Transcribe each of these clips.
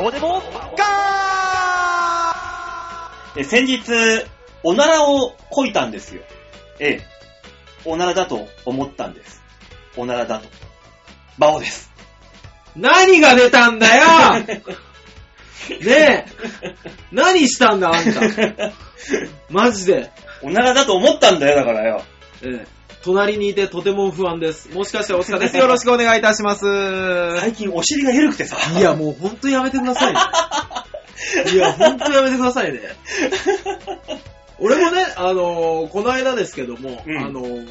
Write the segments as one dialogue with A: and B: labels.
A: オデモガ
B: え先日、おならをこいたんですよ。ええ。おならだと思ったんです。おならだと。バオです。
C: 何が出たんだ よねえ、何したんだあんた。マジで。
B: おならだと思ったんだよ、だからよ。
C: ええ隣にいてとても不安です。もしかしてお疲れです。 よろしくお願いいたします。
B: 最近お尻が緩くてさ。
C: いや、もうほんとやめてくださいね。いや、ほんとやめてくださいね。俺もね、あのーこの間ですけども、
B: うん
C: あのー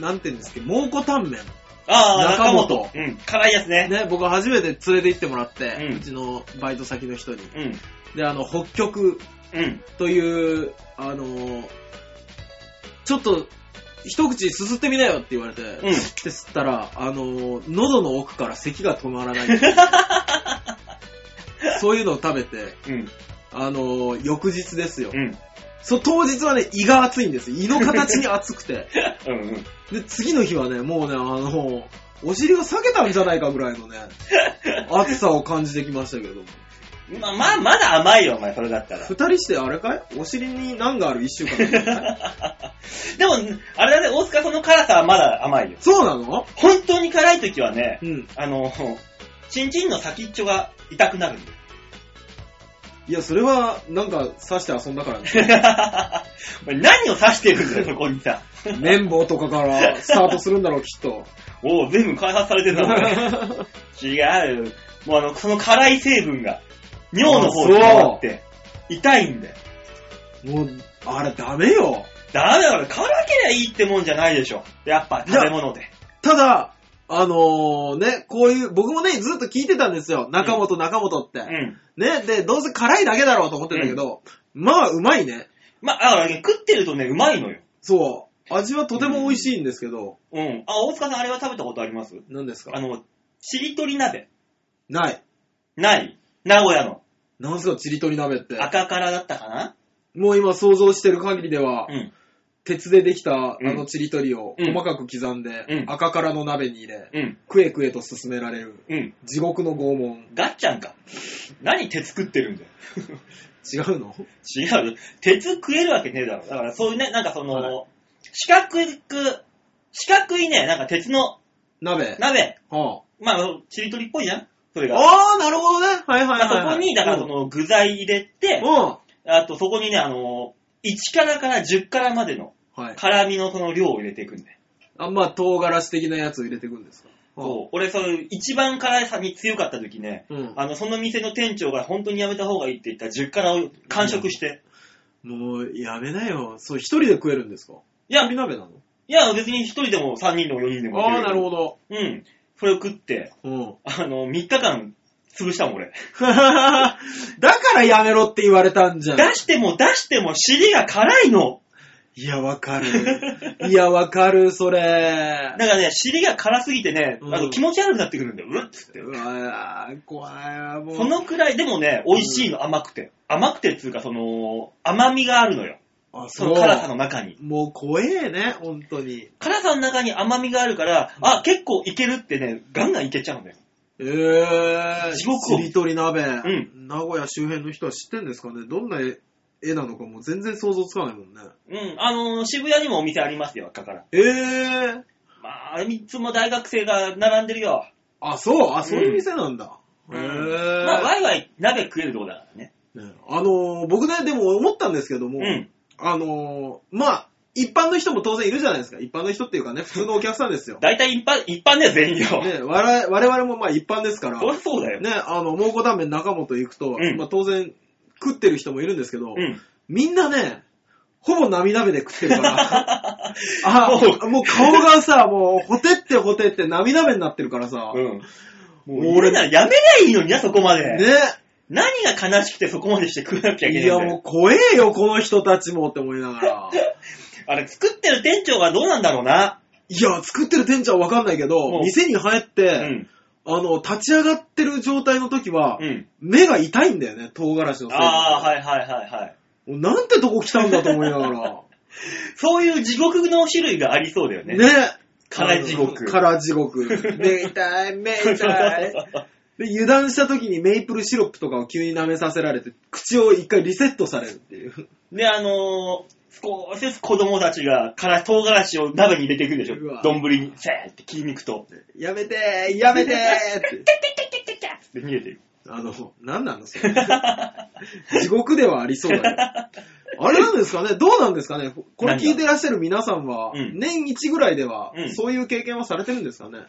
C: なんて言うんですっけど、蒙古タンメン。
B: ああ、中
C: 中
B: 本
C: 本
B: うん、辛いやつね。
C: ね、僕初めて連れて行ってもらって、
B: うん
C: うちのバイト先の人に。
B: うん、
C: で、あの、北極
B: うん、
C: という、あのーちょっと、一口すすってみなよって言われて、
B: うん。
C: って吸ったら、あのー喉の奥から咳が止ま らない。そういうのを食べて、
B: うん、
C: あのー翌日ですよ。
B: うん、
C: そう、当日はね、胃が熱いんです。胃の形に熱くて。
B: うん、うん。
C: で、次の日はね、もうね、あのーお尻が裂けたんじゃないかぐらい のね、熱さを感じてきましたけども。
B: ま、まあ、まだ甘いよ、お前、それだったら。
C: 二人してあれかいお尻に何がある一週間だったの
B: でも、あれだね、大塚その辛さはまだ甘いよ。
C: そうなの
B: 本当に辛い時はね、
C: うん。
B: あの、チンチンの先っちょが痛くなるんだよ。
C: いや、それは、なんか、刺して遊んだからね。
B: お前何を刺してるんだよ、そこにさ。
C: 綿棒とかからスタートするんだろう、き っと。
B: おお、全部開発されてるな、お前違う。もうあの、その辛い成分が、尿の方に
C: あそう
B: 回って、痛いんだよ。
C: もう、あれダメよ。
B: ダメだから、辛けりゃいいってもんじゃないでしょ。やっぱ、食べ物で。
C: ただ、あのーね、こういう、僕もね、ずっと聞いてたんですよ。中本、中本って。
B: うん。
C: ね、で、どうせ辛いだけだろうと思ってたけど、まあ、うまいね。
B: まあ、だからね、食ってるとね、うまいのよ。
C: そう。味はとても美味しいんですけど、
B: うん。あ、大塚さん、あれは食べたことあります
C: 何です
B: あ
C: か
B: の、ちりとり鍋。
C: ない。
B: ない。名古屋の。
C: なんすか、ちりとり鍋って。
B: 赤からだったかな
C: もう今想像してる限りでは、
B: うん。
C: 鉄でできたあ
B: うん
C: のちりとりを
B: うん
C: 細かく刻んで、
B: うん
C: 赤からの鍋に入れ、
B: うん。
C: くえくえと進められる、
B: うん。
C: 地獄の拷問。
B: ガッチャンか。何手作ってるんだよ。
C: 違うの
B: 違う。鉄食えるわけねえだろ。だからそういうね、なんかその、
C: は
B: 四角く、四角いね、なんか鉄の
C: 鍋。
B: 鍋。
C: は
B: まあ、ちりとりっぽいじゃんそれ
C: あ、
B: が。
C: あー、なるほどね。はいはい
B: まあ
C: はい、はい。
B: そこに、だから
C: うん
B: その具材入れて、
C: う
B: あとそこにね、あの、1辛から10辛までの
C: ん。はい。
B: 辛みのこの量を入れていくんだよ。
C: あんまあ唐辛子的なやつを入れていくんですか
B: そう俺、その一番辛さに強かった時ね、
C: う。うん。
B: あの、その店の店長が本当にやめた方がいいって言った10辛を完食して、
C: もう、やめなよ。そう、一人で食えるんですか
B: いや
C: 一人鍋なの
B: いや、別に一人でも3人でも4人でもいけ
C: ああー、なるほど。
B: うん。それを食って、
C: うん。
B: あの、3日間潰したもん、俺。
C: だからやめろって言われたんじゃん。
B: 出しても出しても尻が辛いの。
C: いや、わかる。いや、わかる、それ
B: だ。からね、尻が辛すぎてね、
C: うん
B: あの気持ち悪くなってくるんだよ。うっつって
C: う。わー怖いわ、もう。
B: そのくらい、でもね、美味しいの、甘くて。甘くてっていうか、その、甘みがあるのよ。
C: あ、
B: そ
C: そ
B: の
C: う。
B: 辛さの中に。
C: もう怖えね、本当に。
B: 辛さの中に甘みがあるから、あ、結構いけるってね、ガンガンいけちゃうんだよ。
C: えー、
B: 地獄を
C: ちりとり鍋、
B: ん
C: 名古屋周辺の人は知ってんですかねどんな絵絵なのかもう全然想像つかないもんね。
B: うん、あのー渋谷にもお店ありますよ、赤から。
C: えー、
B: まあ、あれ3つも大学生が並んでるよ。
C: あ、そう、あ、そういう店なんだ。
B: うん
C: へえ、
B: まあ、ワイワイ鍋食えるとこだからね。
C: ねあのー僕ね、でも思ったんですけども、
B: うん。
C: あのーまあ、一般の人も当然いるじゃないですか。一般の人っていうかね、普通のお客さんですよ。
B: 大体一般、一 般だよ、全員よ。
C: ね、我々我々もまあ一般ですから、
B: そり
C: ね、
B: ゃそうだよ。
C: あの、蒙古タンメン中本行くと、
B: うん
C: まあ当然食ってる人もいるんですけど、
B: うん。
C: みんなね、ほぼ涙目で食ってるか ら。
B: そ
C: あ、もう顔がさ、もう、ほてってほてって涙目になってるからさ。
B: うん。もう
C: 俺
B: 俺ならやめりゃいいのにな、そこまで。
C: ね。
B: 何が悲しくてそこまでして食わなきゃいけないいん
C: や、
B: だ
C: も
B: よ。
C: う怖えよ、この人たちもって思いながら。
B: あれ、作ってる店長がどうなんだろうな。
C: いや、作ってる店長はわかんないけ
B: うん
C: ど、店に入っ
B: う
C: て、
B: ん。
C: あの、立ち上がってる状態の時は
B: う、ん。
C: 目が痛いんだよね、唐辛子のせいで。
B: ああ、はいはいはいはい。
C: もうなんてとこ来たんだと思いながら。
B: そういう地獄の種類がありそう だよね。
C: ね。
B: 辛い地獄
C: 辛地獄。目痛い、目痛い。で、油断した時にメイプルシロップとかを急に舐めさせられて、口を一回リセットされるっていう。
B: で、あのー、少しずつ子供たちが、から、唐辛子を鍋に入れていくでし
C: うわ
B: ょ。丼に、せーって切り抜くと、
C: やめてーやめてーって。
B: で、逃げていく。
C: あの、なんなのそれ。地獄ではありそうだよ。あれなんですかねどうなんですかねこれ聞いてらっしゃる皆さんは、
B: うん
C: 年一ぐらいでは
B: う、ん
C: そういう経験はされてるんですかね、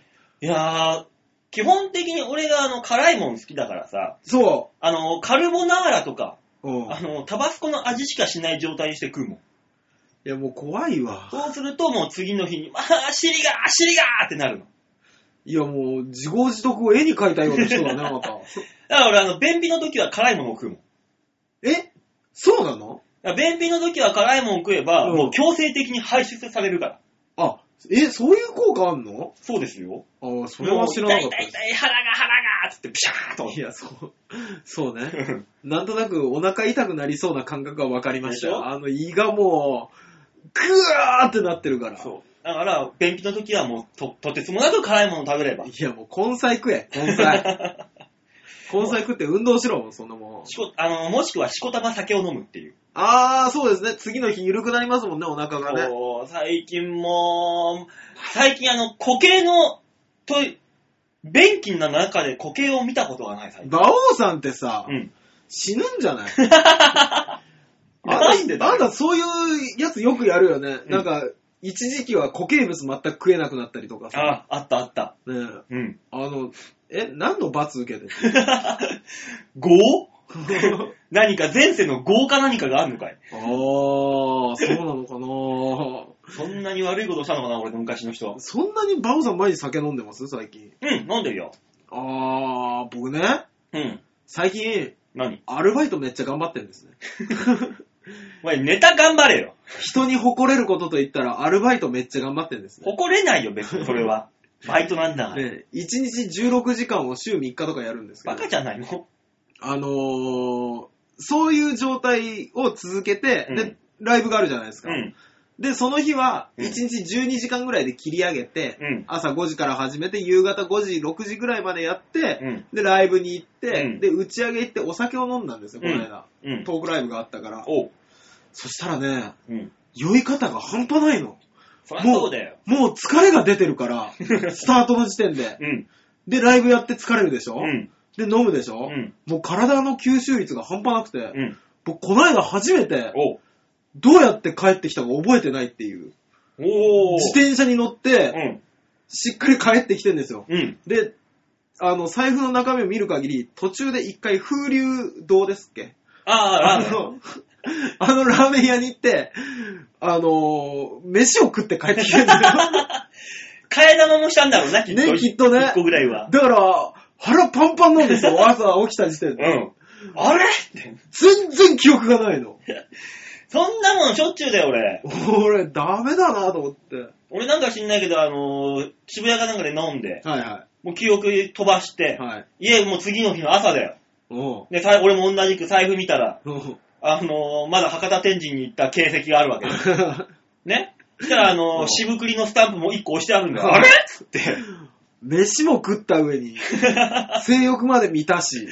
B: いやー、基本的に俺があの、辛いもん好きだからさ、
C: そ
B: あの、カルボナーラとか、
C: う。うん。
B: あの、タバスコの味しかしない状態にして食うもん。
C: いや、もう怖いわ。
B: そうするともう次の日に、あー、尻が、尻がーってなるの。
C: いや、もう、自業自得を絵に描いたような人だね、ま
B: だ
C: た。
B: から俺あの、便秘の時は辛いものを食うもん。
C: えそうなの
B: だから便秘の時は辛いもん食えば、
C: うん
B: もう強制的に排出されるから。
C: あ、え、そういう効果あんの
B: そうですよ。
C: ああ、それは知らなかった
B: もう痛い
C: で
B: 痛い痛い、腹が腹がーっつって、ピシャーっと。
C: す。いや、そう、そうね。
B: うん
C: なんとなくお腹痛くなりそうな感覚は分かりました
B: でし
C: よ。
B: ょ
C: あの胃がもう、ぐわーってなってるから。
B: そう。だから、便秘の時はもうと、とてつもなく辛いもの食べれば。
C: いや、もう根菜食え、根菜。 根菜食って運動しろ、もうそんなもん。
B: しこあの、もしくはしこたま酒を飲むっていう。
C: あー、そうですね。次の日緩くなりますもんね、お腹がね。
B: そう最近もう、最近あの、固形の、と、便器の中で固形を見たことがない、最近。
C: 馬王さんってさ、
B: うん。
C: 死ぬんじ ゃない
B: なんでだよ
C: あんたそういうやつよくやるよね。
B: うん
C: なんか、一時期は固形物全く食えなくなったりとかさ。
B: あ、あったあった。
C: ねえ
B: うん。
C: あの、え、何の罰受けてる
B: 豪
C: の
B: 何か前世の豪か何かがあるのかい
C: ああ、そうなのかな
B: そんなに悪いことしたのかな、俺の昔の人は。
C: そんなにバオさん毎日酒飲んでます最近。
B: うん、飲んでるよ。
C: ああ、僕ね、
B: うん。
C: 最近、
B: 何
C: アルバイトめっちゃ頑張ってるんですね。
B: お前、ネタ頑張れよ。
C: 人に誇れることと言ったら、アルバイトめっちゃ頑張ってるんですね。
B: 誇れないよ、別にそれは。バイトなん だから。
C: ね、1日16時間を週3日とかやるんですけ
B: バ
C: ど、
B: カじゃないの
C: あのー、そういう状態を続けて、
B: うん
C: で、ライブがあるじゃないですか。
B: うん。
C: で、その日は、
B: うん
C: 1日12時間ぐらいで切り上げて、
B: うん
C: 朝5時から始めて、夕方5時、6時ぐらいまでやって、
B: うん。
C: で、ライブに行って、
B: うん
C: で、打ち上げ行ってお酒を飲んだんですよ、この間。
B: うん。
C: トークライブがあったから。
B: おう。
C: そしたらね、
B: うん。
C: 酔い方が半端ないの。
B: そりゃそうだよ。
C: もう疲れが出てるから、スタートの時点で。
B: うん。
C: で、ライブやって疲れるでしょ、
B: うん。
C: で、飲むでしょ、
B: うん。
C: もう体の吸収率が半端なくて、
B: うん。
C: 僕、この間初めて、
B: おう。
C: どうやって帰ってきたか覚えてないっていう。
B: おー
C: 自転車に乗って、
B: うん。
C: しっかり帰ってきてんですよ。
B: うん。
C: で、あの、財布の中身を見る限り、途中で一回風流堂ですっけ
B: あー
C: あ
B: あー、
C: の、あのラーメン屋に行って、あの、飯を食って帰ってきてるんだ
B: 替え玉もしたんだろうな、きっと。
C: ねきっとね
B: 1個ぐらい
C: よ。
B: は。
C: だから、腹パンパンなんですよ、朝起きた時点
B: う
C: で。
B: ん。あれって
C: 全然記憶がないの。
B: そんなもんしょっちゅうだよ、俺。
C: 俺、ダメだなと思って。
B: 俺なんか知んないけど、あのー渋谷かなんかで飲んで、
C: はいは
B: もう記憶飛ばして
C: い。、はい。
B: 家もう次の日の朝だよ。
C: おう
B: で、さい俺も同じく財布見たら、
C: おう
B: あのーまだ博多天神に行った形跡があるわけです。ね。そしたら、あの
C: う
B: ー
C: ん
B: 渋くりのスタンプも1個押してあるんだよ。
C: うん
B: あれっつって。
C: 飯も食った上に、性欲まで満たし。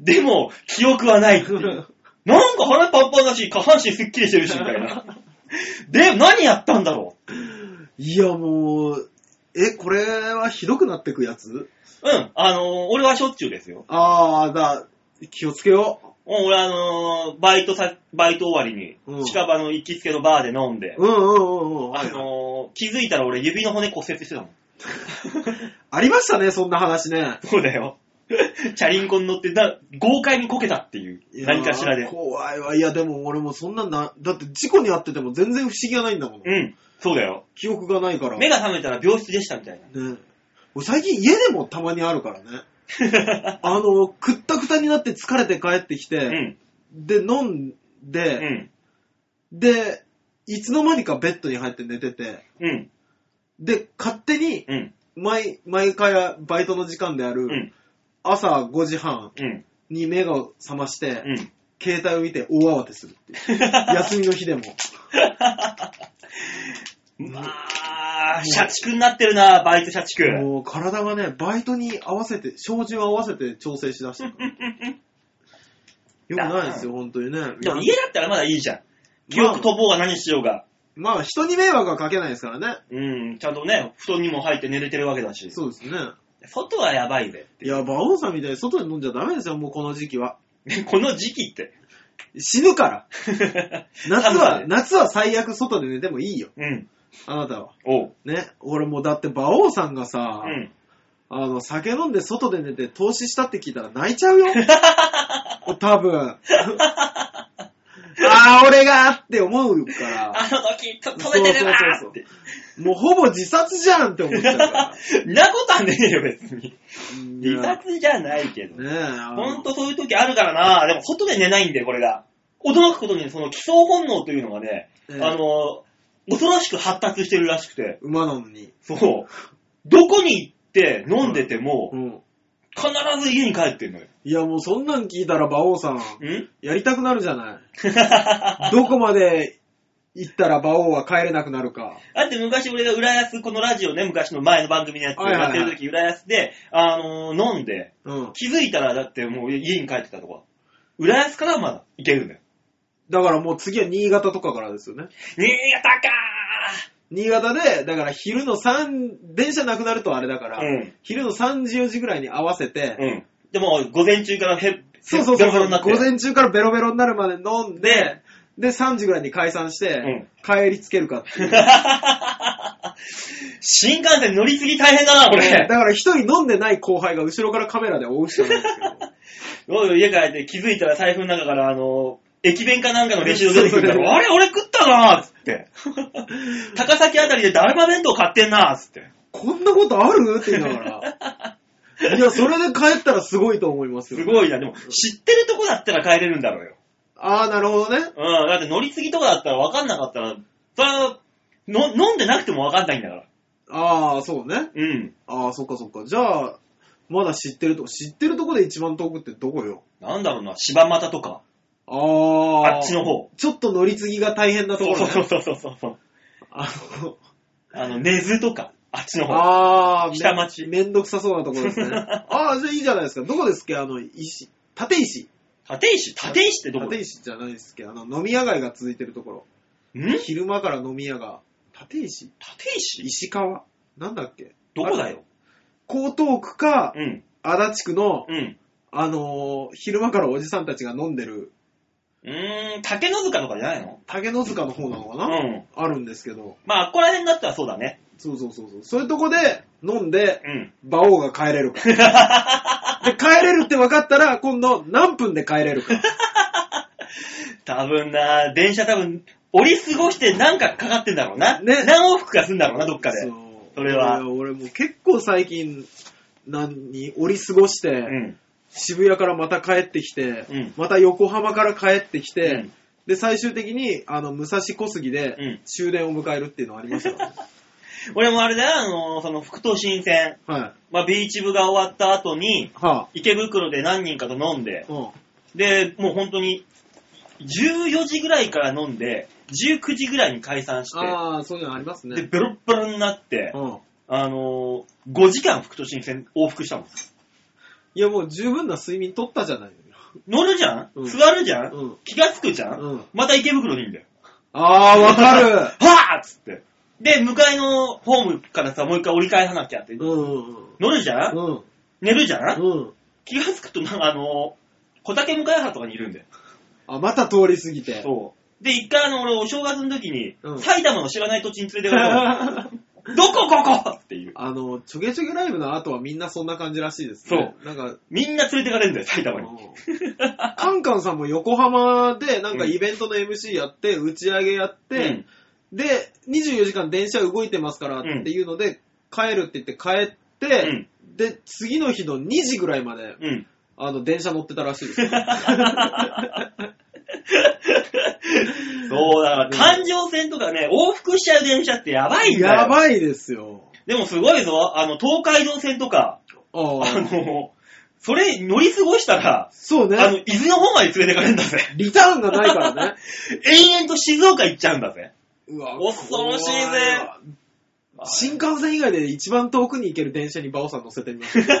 B: でも、記憶はないって いう。なんか腹パンパンだし、下半身すっきりしてるし、みたい な。で、何やったんだろ
C: いや、もう、え、これはひどくなってくやつ
B: う。うん、あのー俺はしょっちゅうですよ。
C: ああ、だ、気をつけよ
B: もう俺あのーバイトさ、バイト終わりに、
C: うん
B: 近場の行きつけのバーで飲んで
C: う。、うんうんうんうん。
B: あのー気づいたら俺指の骨骨折してたもん。
C: ありましたね、そんな話ね。
B: そうだよ。 チャリンコに乗ってな、豪快にこけたっていう、
C: いやー
B: 何かしらで。
C: 怖いわ。いや、でも俺もそんなな、だって事故に遭ってても全然不思議がないんだもん。
B: うん、そうだよ。
C: 記憶がないから。
B: 目が覚めたら病室でしたみたいな。
C: ね。俺最近家でもたまにあるからね。 あの、くったくたになって疲れて帰ってき
B: う
C: て、
B: ん、
C: で、飲ん
B: う
C: で、
B: ん、
C: で、いつの間にかベッドに入って寝てて、
B: うん、
C: で、勝手に、
B: うん、
C: 毎、毎回バイトの時間であ
B: う
C: る
B: ん、
C: 朝5時半
B: うん、
C: に目が覚まして、
B: うん。
C: 携帯を見て大慌てす るっていう。休みの日でも。
B: まあ、やー、社畜になってるな、バイト社畜。
C: もう体がね、バイトに合わせて、障子を合わせて調整しだしたから。よくないですよ、本当にね。
B: でも家だったらまだいいじゃん。記憶飛ぼうが何しようが。
C: まあ、まあ人に迷惑はかけないですからね。
B: うん、ちゃんとね、布団にも入って寝れてるわけだし。
C: そうですね。
B: 外はやばいぜ。
C: いや、馬王さんみたいに外で飲んじゃダメですよ、もうこの時期は。
B: この時期 って。
C: 死ぬ から。夏
B: 寒さ
C: は
B: で、
C: 夏は最悪外で寝てもいいよ、
B: うん。
C: あなたは。
B: おう。
C: ね。俺もうだって馬王さんがさ、
B: うん。
C: あの、酒飲んで外で寝て投資したって聞いたら泣いち ゃうよ。多分。 ああ、俺がって思うから、
B: あの時、と止めてればー
C: そうそうそうそう
B: って。
C: もうほぼ自殺じゃんって思っちゃうから。
B: なことはねえよ、別に。
C: うん
B: 自殺じゃないけど。
C: ねえ、あの
B: ほんとそういう時あるからな。でも外で寝ないんで、これが。驚くことに、その基礎本能というのがね、
C: ええ
B: あの、恐ろしく発達してるらしくて。
C: 馬なのに。
B: そう。どこに行って飲んでても
C: う、ん。
B: 必ず家に帰ってんのよ。
C: いや、もうそんなん聞いたら馬王さん、
B: ん
C: やりたくなるじゃない。どこまで行ったら馬王は帰れなくなるか。
B: だって昔俺が浦安、このラジオね、昔の前の番組でやって
C: はいはいは
B: や
C: い
B: ってる時、浦安で、あのー飲んで、
C: うん。
B: 気づいたらだってもう家に帰ってたとか。浦安からまだ行けるんだよ。
C: だからもう次は新潟とかからですよね。
B: 新潟か
C: 新潟で、だから昼の3、電車なくなるとあれだから、
B: ーうん。
C: 昼の3時4時ぐらいに合わせて、
B: うん。でも、午前中からへ、
C: そうそうそう
B: ベロベロになって
C: 午前中からベロベロになるまで飲んで、で、3時ぐらいに解散して、帰りつけるか っていう。
B: 新幹線乗り継ぎ大変だな、こ
C: だ
B: れ。
C: から一人飲んでない後輩が後ろからカメラで追うしかないんです けど。
B: おい家帰って気づいたら財布の中から、あの、駅弁かなんかのレシート出てくるか
C: そうそ う
B: ら、あれ、俺食ったなーっつ って。高崎あたりでダルマ弁当買ってんなーっつって。
C: こんなことあるって言いな がら。いや、それで帰ったらすごいと思いますよ。
B: すごいな。でも、知ってるとこだったら帰れるんだろうよ。
C: ああ、なるほどね。
B: うん。だって乗り継ぎとかだったら分かんなかったら、それは、の飲んでなくても分かんないんだから。
C: ああ、そうね。
B: うん。
C: ああ、そっかそっか。じゃあ、まだ知ってるとこ、知ってるとこで一番遠くってどこよ
B: なんだろうな、柴又とか、
C: ああ。
B: あっちの。方。
C: ちょっと乗り継ぎが大変なとこ
B: そ
C: ろ
B: う
C: ね、
B: そうそうそうそうそう。
C: あの、
B: あの、根津とか、あっちの方。
C: ああ、め
B: 下町
C: めんどくさそうなところ ですね。ああ、じゃあいいじゃないですか。どこですっけあの、石、立石。
B: 立石立石ってどこ
C: 立石じゃないですっけあの、飲み屋街が続いてるとこ
B: ん
C: ろ。昼間から飲み屋が。立石
B: 立石
C: 石川なんだっけ
B: どこだよ
C: 江東区か、
B: うん。
C: 足立区の、
B: うん。
C: あのー昼間からおじさんたちが飲んでる、
B: うーん、竹の塚とかじゃないの
C: 竹の塚の方なのか
B: う
C: な、
B: ん。
C: あるんですけど、
B: まあ、ここら辺だったらそうだね。
C: そうそうそうそう。そういうとこで飲んで、
B: うん。
C: 馬王が帰れ るか。で、帰れるって分かったら、今度何分で帰れるか。
B: 多分な、電車多分、折り過ごしてなんかかかってんだろうな。
C: ね
B: 何往復かすんだろうな、どっかで。
C: そう
B: うそれはい
C: や俺もう結構最近、何、折り過ごして、
B: ん。
C: 渋谷からまた帰ってきて、
B: うん
C: また横浜から帰ってきて、
B: うん
C: で、最終的に、あの、武蔵小杉で
B: うん
C: 終電を迎えるっていうのありまし たよ、
B: 俺もあれだよ、あの、その、副都心線。
C: はい。
B: まあ、ビーチ部が終わった後に、
C: は
B: 池袋で何人かと飲んで
C: あ、、うん。
B: で、もう本当に、14時ぐらいから飲んで、19時ぐらいに解散して、
C: ああ、そういうのあります
B: で、
C: ね。
B: ベロッベロになって、
C: うん。
B: あのー、5時間副都心線往復したもん。
C: いや、もう十分な睡眠取ったじゃない
B: 乗るじゃん、
C: うん
B: 座るじゃん、
C: うん
B: 気がつくじゃん、
C: うん
B: また池袋にいんだよ。
C: ああ、わかる
B: はぁっつって。で、向かいのホームからさ、もう一回折り返さなきゃって。
C: うんうん
B: 乗るじゃん、
C: うん。うん。
B: 寝るじゃん、
C: うん。
B: 気がつくと、なんかあのー、小竹向原とかにいるんだよ。
C: あ、また通り過ぎて。
B: そう。で、一回あの、俺、お正月の時に、
C: うん
B: 埼玉の知らない土地に連れてかれたの
C: あ
B: どこここっていう。
C: の、ちょげちょげライブの後はみんなそんな感じらしいですね。そう。なんか、
B: みんな連れてかれるんだよ、埼玉に。
C: うんカンカンさんも横浜でなんかイベントの MC やって、打ち上げやって、で、24時間電車動いてますからっていうので、帰るって言って帰って、で、次の日の2時ぐらいまで、
B: うん。うん。
C: あの、電車乗ってたらしいですよ。
B: そう、だから、環状線とかね、往復しちゃう電車ってやばいんだよ。
C: やばいですよ。
B: でもすごいぞ、あの、東海道線とか、
C: あ
B: あ
C: あ、
B: の、それ乗り過ごしたら、
C: そう
B: あの
C: ね。、
B: 伊豆の方まで連れてかれんだ ぜ。
C: リターンがないからね。
B: 延々と静岡行っちゃうんだぜ。
C: うわ
B: 恐ろしいぜ
C: 怖わ
B: あ
C: 新幹線以外で一番遠くに行ける電車にバオさん乗せてみました。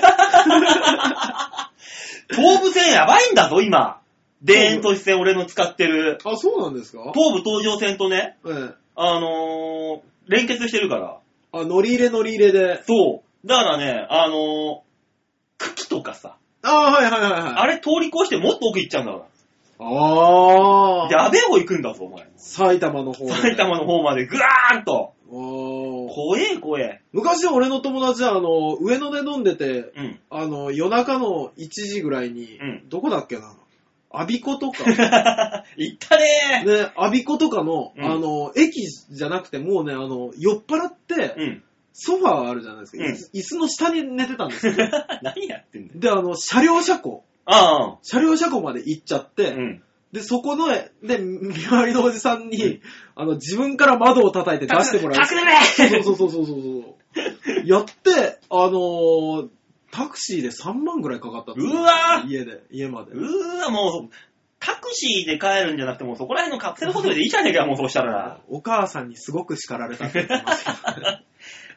B: 東武線やばいんだぞ、今。田園都市線俺の使ってる。
C: あ、そうなんですか
B: 東武東上線とね、
C: ええ。
B: あのー、連結してるから。
C: あ、乗り入れ乗り入れで。
B: そう。だからね、あのー、茎とかさ、
C: あはいはいはいはい。
B: あれ通り越してもっと奥行っちゃうんだか
C: あ
B: ら。で、
C: ー。
B: 安倍方行くんだぞ、お前。
C: 埼玉の方で
B: 埼玉の方までぐらーんと。
C: おー
B: 怖え、怖え。
C: 昔俺の友達は、あの、上野で飲んでて、
B: うん。
C: あの、夜中の1時ぐらいに、
B: うん
C: どこだっけな、アビコ とか、
B: 行ったね
C: ね、アビコとかの、
B: うん
C: あの、駅じゃなくて、もうね、あの、酔っ払って、
B: ー。うん。
C: ソファーあるじゃないですか、
B: うん
C: 椅子椅子の下に寝てたんですよ。
B: 何やってんだよ。
C: で、あの、車両車庫、
B: ああ。
C: 車両車庫まで行っちゃって、
B: うん。
C: で、そこの、で、見回りのおじさんに、あの、自分から窓を叩いて出してもらう。
B: 隠れれ
C: そうそうそうそうそう。やって、あのータクシーで3万ぐらいかかったって
B: うわー
C: 家で、家まで。
B: うーわ、もう、タクシーで帰るんじゃなくて、もうそこら辺のカプセルホテルでいいじゃねえかよ、もうそうしたら。
C: お母さんにすごく叱られたって言ってましたけどね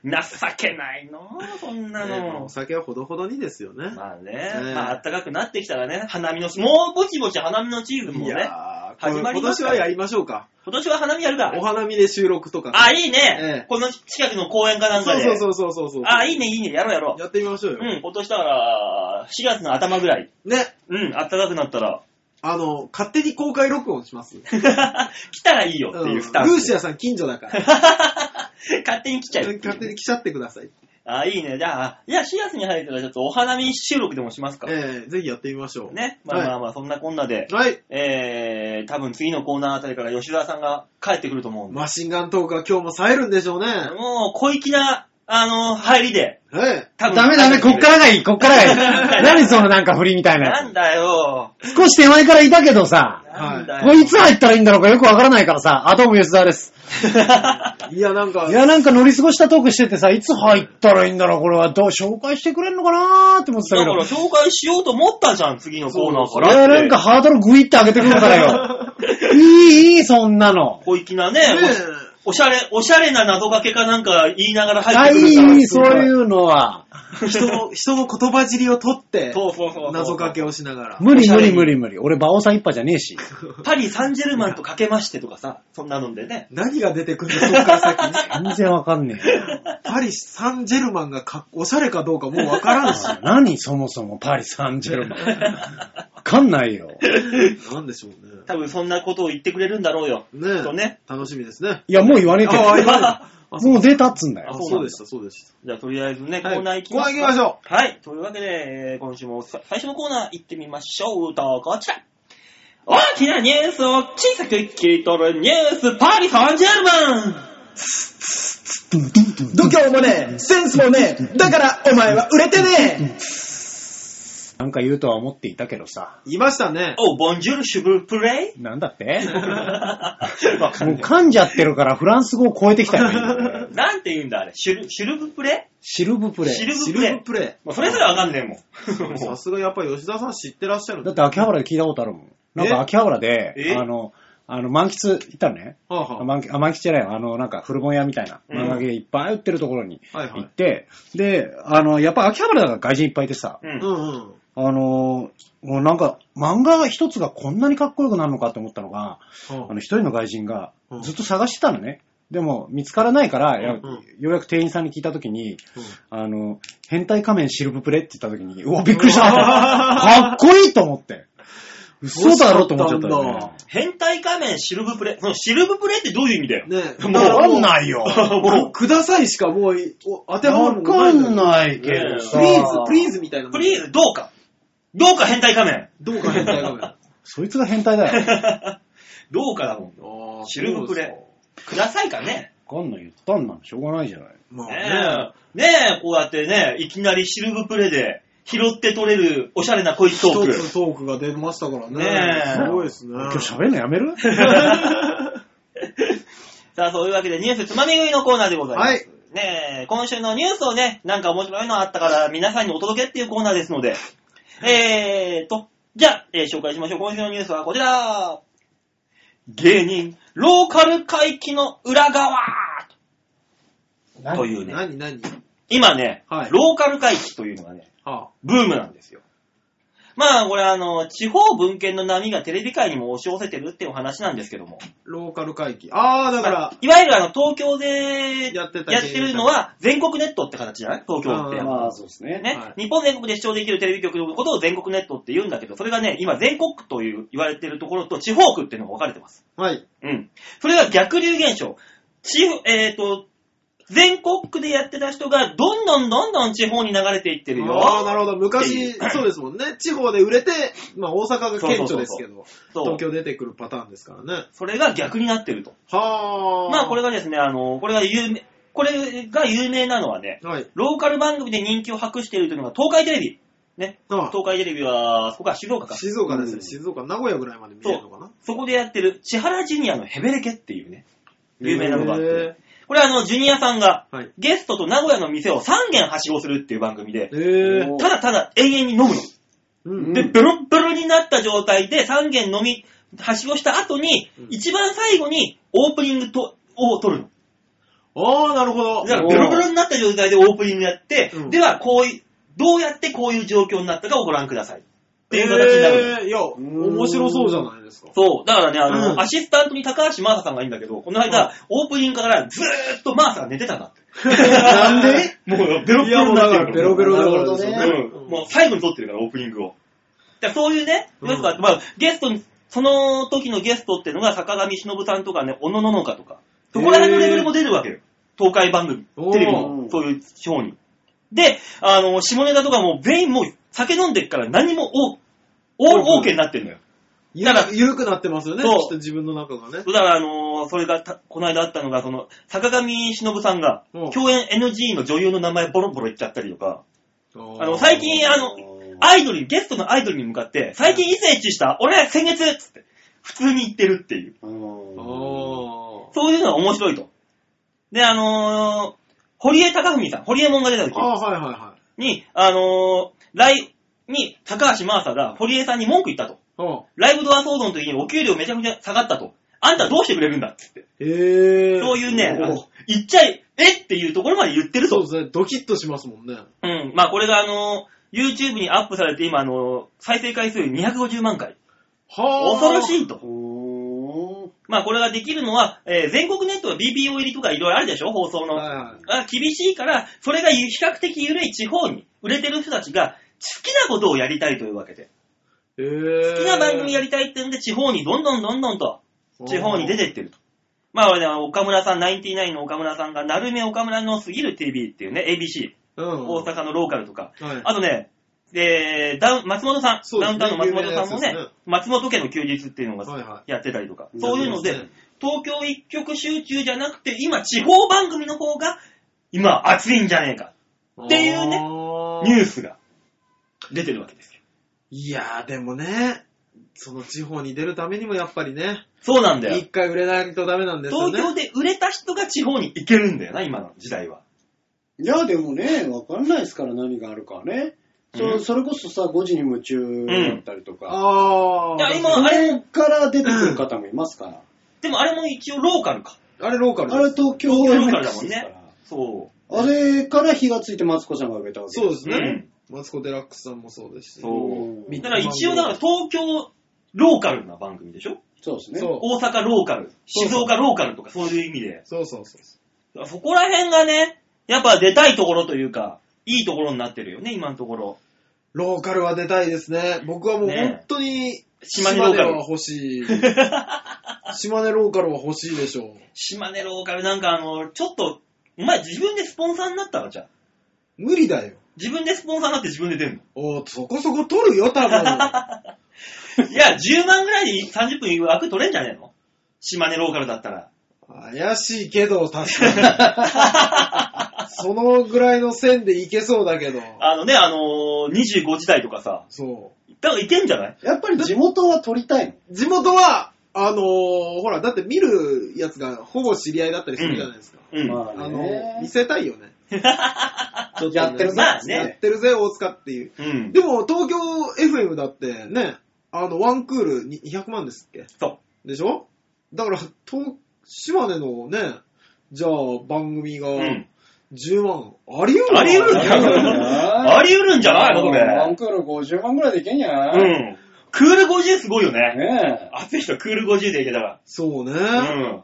B: 情けないのそんな
C: ねまあ
B: の
C: お。酒はほどほどにですよね。
B: まあね、
C: え
B: まあ暖かくなってきたらね、花見の、もうぼちぼち花見のチーズも
C: い
B: ね、
C: やー、
B: 始まり
C: 今
B: ます
C: 年
B: から
C: はやりましょうか。
B: 今年は花見やるか。
C: お花見で収録とかね、
B: あ、いいね、
C: ええ
B: この近くの公園かなんか
C: そう
B: で。
C: そうそうそうそう。
B: あ、いいね、いいね、やろうやろう。
C: やってみましょうよ。
B: うん、今年だから、4月の頭ぐらい。
C: ね、
B: うん、暖かくなったら、
C: あの、勝手に公開録音します。
B: 来たらいいよっていうスタン
C: うんルー
B: ス。
C: シアさん近所だから。
B: 勝手に来ちゃう。
C: 勝手に来ちゃってください。
B: あ、いいね。じゃあ、じゃあ4月に入ったらちょっとお花見収録でもしますか。
C: ええぜひやってみましょう。
B: ね。まあまあまあ、そんなこんなで、
C: はい。
B: えー、多分次のコーナーあたりから吉沢さんが帰ってくると思うんで。
C: マシンガントークは今日も冴えるんでしょうね。
B: もう、小粋な、あの、入りで。
C: え
B: 多分
A: ダメダメ、こっからがいい、こっからが いい。何そのなんか振りみたいな
B: な
A: や
B: んだよ。
A: つ。少し手前からいたけどさ、
B: なんだ
A: こ
B: よ。
A: れい つ入ったらいいんだろうかよくわからないからさ、あ、どうも吉沢です。
C: えいや、なんか
A: い、や、なんか乗り過ごしたトークしててさ、いつ入ったらいいんだろう、これは。どう、紹介してくれんのかなーって思ってた
B: だ
A: け
B: から
A: ど。
B: 紹介しようと思ったじゃん、次のコーナーか
A: い
B: ら。
A: や、なんか、ハードルグイって上げてくるから よ。いい、いい、そんなの。
B: 小粋なね
C: ね
B: お、おしゃれ、おしゃれな謎かけかなんか言いながら入
A: あ、
B: って
A: い
B: くるから。
A: い、そういうのは。
C: え人の、人の言葉尻を取っ て、
B: そうそうそうそう。
C: 謎かけをしながら。
A: 無理無理無理無理。俺、馬王さん一派じゃ ねえし。
B: パリ・サンジェルマンとかけましてとかさ、そんなのでね。
C: 何が出てくるのそっから先。
A: 全然わかんねえよ。
C: パリ・サンジェルマンがかおしゃれかどうかもうわからん し。
A: 何そもそもパリ・サンジェルマン。わかんないよ。
C: なんでしょう
B: 多分そんなことを言ってくれるんだろうよ。
C: ね。
B: きっと
C: ね
B: ね。
C: 楽しみですね。
A: いや、もう言わねえけど。
C: あ あ、いやいやあそう
A: もう出たっつんだ
C: あ
A: よ。
C: そうでした、そうでした。
B: じゃあとりあえずね、コ
C: はい
B: ーナー行きます
C: コーナー行きましょ
B: う。はい。というわけで、えー今週もさ最初のコーナー行ってみましょう。と、こちら。大きなニュースを小さく切り取るニュース、パリ・サンジェルマン
A: ど
D: 度胸もねえ、センスもねえ、だからお前は売れてね
A: なんか言うとは思っていたけどさ。
C: いましたね。
B: お、ボンジュール・シュブプ レイ
A: なんだって
B: わか
A: もうん
B: ない。
A: 噛んじゃってるからフランス語を超えてきたよ。
B: なんて言うんだ、あれ。シュル、シュルブプレ
A: シルブプレ
B: シル
C: シ
B: ブ
C: ル
B: プレ
C: ブプレ
B: もうそれすらわかんねえもん。
C: イ。
B: も
C: さ
B: う
C: すがやっぱ吉田さん知ってらっしゃるん
A: だっ
C: だ。
A: て秋葉原で聞いたことあるもん。なんか秋葉原
B: え
A: で、あの、あの、満喫行ったのね。
C: はあ
A: あ
C: は
A: 満喫あ満喫じゃないよあの、なんか古本屋みたいな、
B: うん
A: 漫画系いっぱい売ってるところに
C: はいはい
A: 行って、で、あの、やっぱ秋葉原だから外人いっぱいいてさ、
B: う
C: あ。
B: ん
C: う。んうん。
A: あのーもうなんか、漫画が一つがこんなにかっこよくなるのかと思ったのが、あの、一人の外人が
C: うん
A: ずっと探してたのね。でも、見つからないから、や
C: うんうん
A: ようやく店員さんに聞いたときに、
C: うん
A: あの、変態仮面シルブプレって言ったときに、うわ、びっく りした。かっこいいと思って。嘘だろと思っちゃったよ
C: そうだったん。
A: ね
B: 変態仮面シルブプレイ。そのシルブプレイってどういう意味だ よ。
C: ねえ。
B: もう
A: わ
C: だ
A: か
C: ら
A: んないよ。
C: もう、くださいしかもう、お当てはまる
A: わ
C: ものな
A: か
C: いだよ
A: んないけど
C: プ
A: さ。
C: リーズ、プリーズみたいなもん。
B: プリーズ、どうか。どうか変態仮面。
C: どうか変態画面。
A: そいつが変態だよ。
B: どうかだもん。
C: あー
B: シルブプレ。くださいかね。
A: わかんない言ったんなんしょうがないじゃない。
C: まあね
B: ねえ、ねえこうやってね、いきなりシルブプレイで拾って取れるおしゃれな恋ト
C: 一
B: ーク。
C: つトークが出ましたから
B: ねえ
C: ね。すごいですね。
A: 今日喋るのやめる
B: さあ、そういうわけでニュースつまみ食いのコーナーでございます。
C: はい
B: ねえ、今週のニュースをね、なんか面白いのあったから皆さんにお届けっていうコーナーですので、えーと、じゃあ、えー紹介しましょう。今週のニュースはこちら。芸人、ローカル回帰の裏側
A: 何
B: というね。
C: 何何
B: 今ね、
C: はい
B: ローカル回帰というのがね、
C: は
B: ブームなんですよ。まあ、これあの、地方文献の波がテレビ界にも押し寄せてるっていうお話なんですけども。
C: あ、ローカル回帰。ああ、だか
B: まあ
C: ら、
B: いわゆるあの、東京で
C: やってた
B: やってるのは全国ネットって形じゃない東京って。
C: あー
A: まあ、そうですね。
B: ね、
C: は
B: 日本全国で視聴できるテレビ局のことを全国ネットって言うんだけど、それがね、今全国区という言われてるところと地方区っていうのが分かれてます。
C: はい。
B: うん。それが逆流現象。地、えっ、と、全国区でやってた人がどんどんどんどん地方に流れていってるよ。
C: ああ、なるほど。昔、そうですもんね。地方で売れて、まあ大阪が顕著ですけど、
B: そう
C: 東京出てくるパターンですからね。
B: それが逆になってると。
C: はあ。
B: まあこれがですね、あの、これが有名、これが有名なのはね、
C: はい。
B: ローカル番組で人気を博しているというのが東海テレビ。ね。
C: あ
B: 東海テレビは、そこか、静岡
C: あ
B: か。
C: 静岡です
A: う
C: ね。
A: ん
C: 静岡、名古屋ぐらいまで見えるのかな。
B: そこでやってる、千原ジュニアのヘベレケっていうね、有名なのがあっ
C: へ
B: て。これあの、ジュニアさんが
C: ー、はい。
B: ゲストと名古屋の店を3軒はしごするっていう番組で
C: え、ー。
B: ただただ永遠に飲むの。
C: うん
B: で、
A: うん
B: ベロッベロになった状態で3軒飲み、はしごした後に
C: うん、
B: 一番最後にオープニングとを撮るの。
C: ああ、なるほど。
B: だから
A: おー
B: ベロベロになった状態でオープニングやって、
C: うん
B: ではこういう、どうやってこういう状況になったかをご覧ください。っていう形になるの。
C: えー、いや、面白そうじゃないですか。
B: そう。だからね、あの、
C: うん
B: アシスタントに高橋真麻さんがいいんだけど、この間、
C: うん
B: オープニングからずーっと真麻が寝てたんだって。
A: なんで
B: もうベロ
C: い
B: ベ
C: や、
B: ロ
C: も
B: に
C: う
B: な
C: だ
B: って
C: から
B: る
C: ベロベロだから
A: なるほど
C: です
A: ね
C: よね。
B: うん。もう最後に撮ってるから、オープニングを。だからそういうね、
C: うん
B: よくあって、まあ、ゲストに、その時のゲストっていうのが坂上忍さんとかね、小野ののかとか、そこら辺のレベルも出るわけよ。東海番組、
C: おー
B: テレビの、そういう地方に。で、あの、下ネタとかもう全員もう酒飲んでっから何もオー、オールオーケーになってんのよ。
C: ゆ
B: だから
C: ゆるくなってますよね、きっ
B: そう
C: と自分の中が
B: だ
C: ね。
B: から、あのーそれがた、この間あったのが、その、坂上忍さんが
C: うん、
B: 共演 NG の女優の名前ボロボロ言っちゃったりとか、
C: あー
B: あの、最近、あの、アイドルに、ゲストのアイドルに向かって、最近異性知した、俺、先月つって、普通に言ってるっていう。
A: あ
C: あ
A: ー
C: ー
B: そういうのが面白いと。で、あのー堀江貴文さん、堀江門が出た時
C: あー、はいはいはい。
B: に、あのーライブに、高橋真麻が堀江さんに文句言ったと。
C: あ
B: ライブドア騒動の時にお給料めちゃくちゃ下がったと。あんたどうしてくれるんだっつって。
C: えー。
B: そういうね、
A: おー
B: あの言っちゃい、えっていうところまで言ってる
C: そう
B: と。
C: ですね、ドキッとしますもんね。
B: うん。まあこれがあの、YouTube にアップされて今あの、再生回数250万回。
C: はあ。
B: 恐ろし
C: い。
B: いと。
A: ほ
B: まあこれができるのは、えー全国ネットは BPO 入りとかいろいろあるでしょ放送の。
C: はい
B: あ
C: はい。
B: 厳しいから、それが比較的緩い地方に売れてる人たちが、好きなことをやりたいというわけで。
C: え
B: 好
C: ー。
B: きな番組やりたいってんで、地方にどんどんどんどんと、地方に出
C: て。
B: てってると。まあ、俺ね、岡村さん、99の岡村さんが、なるめ岡村のすぎる TV っていうね、ABC、
C: うん。
B: 大阪のローカルとか、
C: はい。
B: あとね、えーダウン松本さん、
C: そうで
B: ダ
C: す
B: ウ
C: ね
B: ンタウンの松本さんもね
C: 有名なやつですね、
B: 松本家の休日っていうの
C: はい
B: が
C: は
B: やってたりとか、
A: い
B: そういうので
C: そうですね、
B: 東京一極集中じゃなくて、今、地方番組の方が、今、熱いんじゃねえか、
C: い。
B: っていうね
C: あー
B: ニュースが出てるわけですよ。
C: いやー、でもね、その地方に出るためにもやっぱりね、
B: そうなんだよ
C: 一。回売れないとダメなんですよ
B: 東
C: ね。
B: 京で売れた人が地方に行けるんだよな、今の時代は。
A: う。いや、でもね、わかんないですから何があるかね。そ
B: うん
A: それこそさ、5時に夢中だったりとか。
C: あ
B: い
C: ー。
B: や、今、
A: あ
B: あれ、
A: れから出てくる方もいますから。
B: でもあれも一応ローカルか。
C: あれローカルです
A: あれ東京
B: 東京
A: MX
B: から
A: で
B: だもん
A: すから
B: ね。そ
A: あれから火がついてマツコさんが売れたわけ
C: そうです
B: う。
C: ね。マツコ・デラックスさんもそうですし。
B: そう
A: うん
B: だから一応、だから東京ローカルな番組でしょ
A: そうですね。
C: そう
B: 大阪ローカル、
C: そう
B: 静岡ローカルとかそういう意味で。
C: そうそうそうそ
B: そこら辺がね、やっぱ出たいところというか、いいところになってるよね、今のところ。
C: う。ローカルは出たいですね。僕はもう
B: ね
C: 本当に、
B: 島根ローカル
C: 島根は欲しい。島根ローカルは欲しいでしょ
B: 島根ローカルなんかあの、ちょっと、お前自分でスポンサーになったのじゃあ
C: う。無理だよ。
B: 自分でスポンサーになって自分で出る
C: おー、そこそこ取るよ、多
B: の。
C: 分。
B: いや、10万ぐらいで30分枠取れんじゃねえの島根ローカルだったら。
C: 怪しいけど、確か に。そのぐらいの線でいけそうだけど。
B: あのね、あのー、25時台とかさ、
C: そ
B: だからいけんじゃない
A: やっぱり地元は撮りたいの。
C: う。地元は、あのー、ほら、だって見るやつがほぼ知り合いだったりするじゃないですか。
B: うん。
A: ま
C: あ
A: あ
C: の
A: ね
C: ー、見。せたいよね。
A: ちょっとやってる
B: まあね
A: や
C: や
A: って
C: ってるぜ、大塚っていう。
B: うん。
C: でも、東京 FM だってね、あの、ワンクールに200万ですっけ
B: そ
C: でしょだから、東、島根のね、じゃあ、番組が
B: う。うん。
C: 10万。あり得る
B: あり得るんじゃないあり得るんじゃないのこ
E: ワ
B: れ。
E: ンクール50万ぐらいでいけんやな
B: う
E: い、
B: ん。クール50すごいよね。
E: ね
B: 暑い人はクール50でいけたか
C: そうね、
B: ら。うん。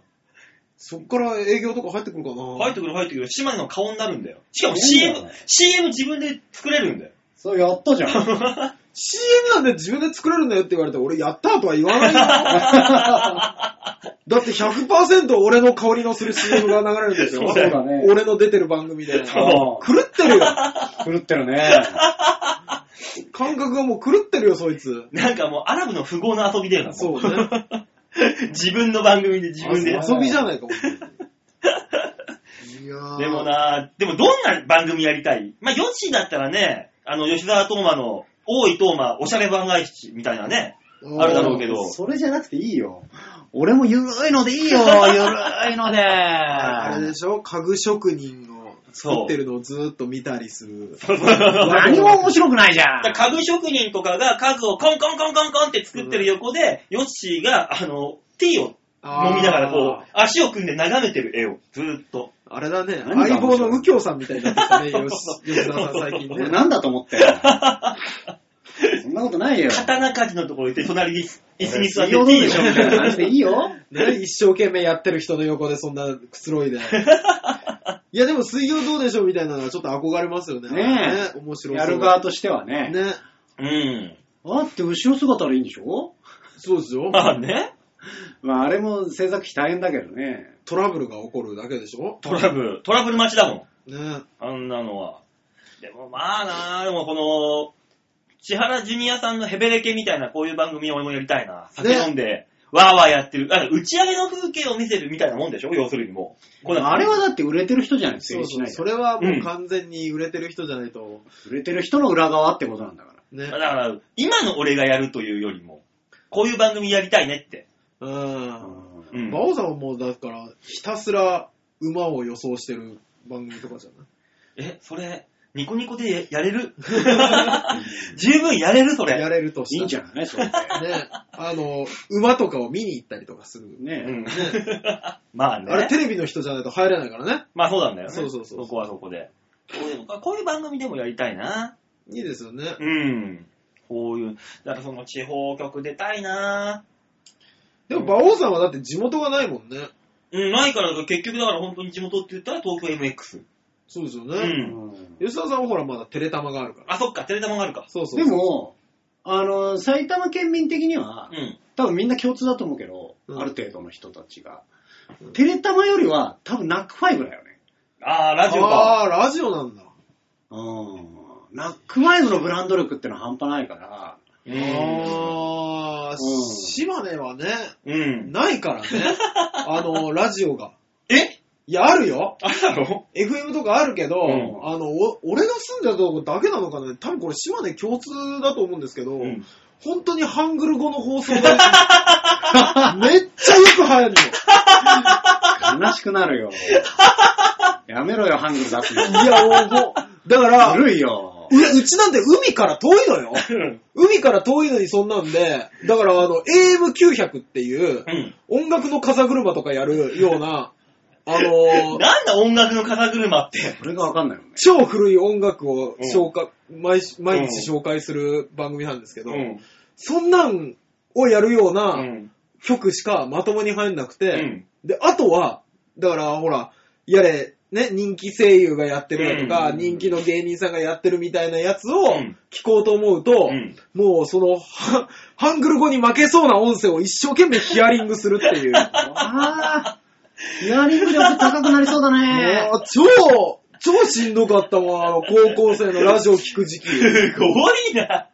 C: そっから営業とか入ってくるかな
B: 入ってくる入ってくる。島根の顔になるんだよ。しかも
E: いいん
B: CM
E: だよ、
B: CM 自分で作れるんだよ。
E: え。そうやったじゃん。
C: CM なんで自分で作れるんだよって言われて、俺やったとは言 わないよ。だって100%俺の香りのする CM が流れるんですよ。
B: そうだよ
E: そうだね
C: 俺の出てる番組で。狂
B: そ
C: ってるよ。
E: 狂ってるね。
C: 感覚がもう狂ってるよ、そいつ。
B: なんかもうアラブの富豪の遊びだよな。
C: そう
B: も
C: ね。
B: 自分の番組で自分で。
C: 遊びじゃないかも。いや ー
B: でも。な、でもどんな番組やりたいまあ、ヨッシーだったらね、あの、吉沢東馬の、大井東馬おしゃれ番外地みたいな ね、
C: ー
B: あるだろうけど。
A: それじゃなくていいよ。俺もゆるいのでいいよ、ゆるいので。
C: あれでしょ家具職人の作ってるのをずーっと見たりす る。
A: 何も面白くないじゃ
B: だ
A: ん。
B: から家具職人とかが家具をコンコンコンコンコンって作ってる横で、ヨッシーが、あの、ティーを飲みながらこう、足を組んで眺めてる絵を、ずーっと。
C: あれだね、
A: 何が
C: 相棒の右京さんみたいになってきた ね、よし吉田さん最近
A: 俺
C: ね。
A: なんだと思って。そんなことないよ。
B: 刀鍛冶のところ行って、隣に椅子に座ってティ
A: どう
B: ー
A: でしょみたいな感じでいいよ。
C: ね、一生懸命やってる人の横でそんなくつろい で。いや、でも水曜どうでしょうみたいなのはちょっと憧れますよね。
A: ねえ
C: ね面白そう。
A: やる側としてはね。
C: ね。
B: うん。
A: あって後ろ姿でいいんでしょ
C: そうですよ。
B: まあね、
A: まああれも制作費大変だけどね。
C: トラブルが起こるだけでしょ
B: トラブル、トラブル待ちだもん。
C: ね。
B: あんなのは。でもまあなあ、でもこの、千原ジュニアさんのヘベレケみたいなこういう番組を俺もやりたいな。酒飲んで、わーわーやってる。あ打ち上げの風景を見せるみたいなもんでしょ要するにもう。こんな
A: あれはだって売れてる人じゃないと成
C: そう
A: 立し
C: そ
A: な
C: う。
A: いじ
C: そ
A: ゃん
C: れはもう完全に売れてる人じゃないと。
A: 売れてる人の裏側ってことなんだから。
C: ね
B: だか。ら、今の俺がやるというよりも、こういう番組やりたいねって。
C: うん。
B: うん。
C: 馬王さんはもうだから、ひたすら馬を予想してる番組とかじゃない
B: え、それ、ニコニコでややれる 十分やれるそ
C: や
B: れ。
C: れるとした
A: い
C: ら
A: いんじゃないそれって。
C: ね、あの、馬とかを見に行ったりとかする。
B: う
A: ね
B: ん。 まあね。
C: あれテレビの人じゃないと入れないからね。
B: まあそうなんだよね。
C: そうそうそ
B: そ
C: う
B: こはそこで。こういうこういう番組でもやりたいな。
C: いいですよね。
B: うん。こういう、だからその地方局出たいなぁ。
C: でも馬王さんはだって地元がないもんね。
B: うん、ないから、結局だから本当に地元って言ったら東京 MX。
C: そうですよ
B: う
C: ね。
A: え。
B: ん。
C: 吉田さんはほらまだテレタマがあるから。
B: あ、そっか、テレタマがあるか。
C: そうそう
A: で、も、あの、埼玉県民的には
B: う、ん。
A: 多分みんな共通だと思うけど、
C: うん
A: ある程度の人たちが
C: うん。
A: テレタマよりは多分ナックファイブだよね。
B: あー、ラジオか。
C: ああ、ラジオなんだ。
A: うん。ナックファイブのブランド力ってのは半端ないから、
B: うん。
C: ああ、
A: うん
C: 島根はね、
B: うん。
C: ないか らね。あの、ラジオが。
B: え
C: いや、あるよ。
B: あれだろ
C: FM とかあるけど、
B: うん
C: あの、お俺が住んでたとこだけなのかな多分これ島根共通だと思うんですけど、
B: うん
C: 本当にハングル語の 放送で、めっちゃよく流行るの。
A: 悲しくな るよ。やめろよ、ハングル出すの。
C: いや、もうもう、だから、
A: 古いよ。
C: ううちなんて海から遠いの よ。海から遠いのにそんなんで、だからあの、AM900 っていう
B: う、ん。
C: 音楽の風車とかやるような、あ のー
B: なんだ音楽の風車って。
A: これがわかんないよね。
C: 超古い音楽を紹介、毎し毎日紹介する番組なんですけど、
B: うん。
C: そんなんをやるよう
B: う。
C: なん曲しかまともに入んなく
B: う
C: て、
B: ん。
C: で、あとは、だからほら、やれ、ね、人気声優がやってるとか、
A: うん
C: 人気の芸人さんがやってるみたいなやつ
B: う
C: を
B: ん
C: 聞こうと思うと、
B: うん
C: もうその、はハングル語に負けそうな音声を一生懸命ヒアリングするって いう。
A: ああ、イヤリング力高くなりそうだね。
C: もう超、超しんどかったもん、あの、高校生のラジオ聞く時 期。
B: すごいな。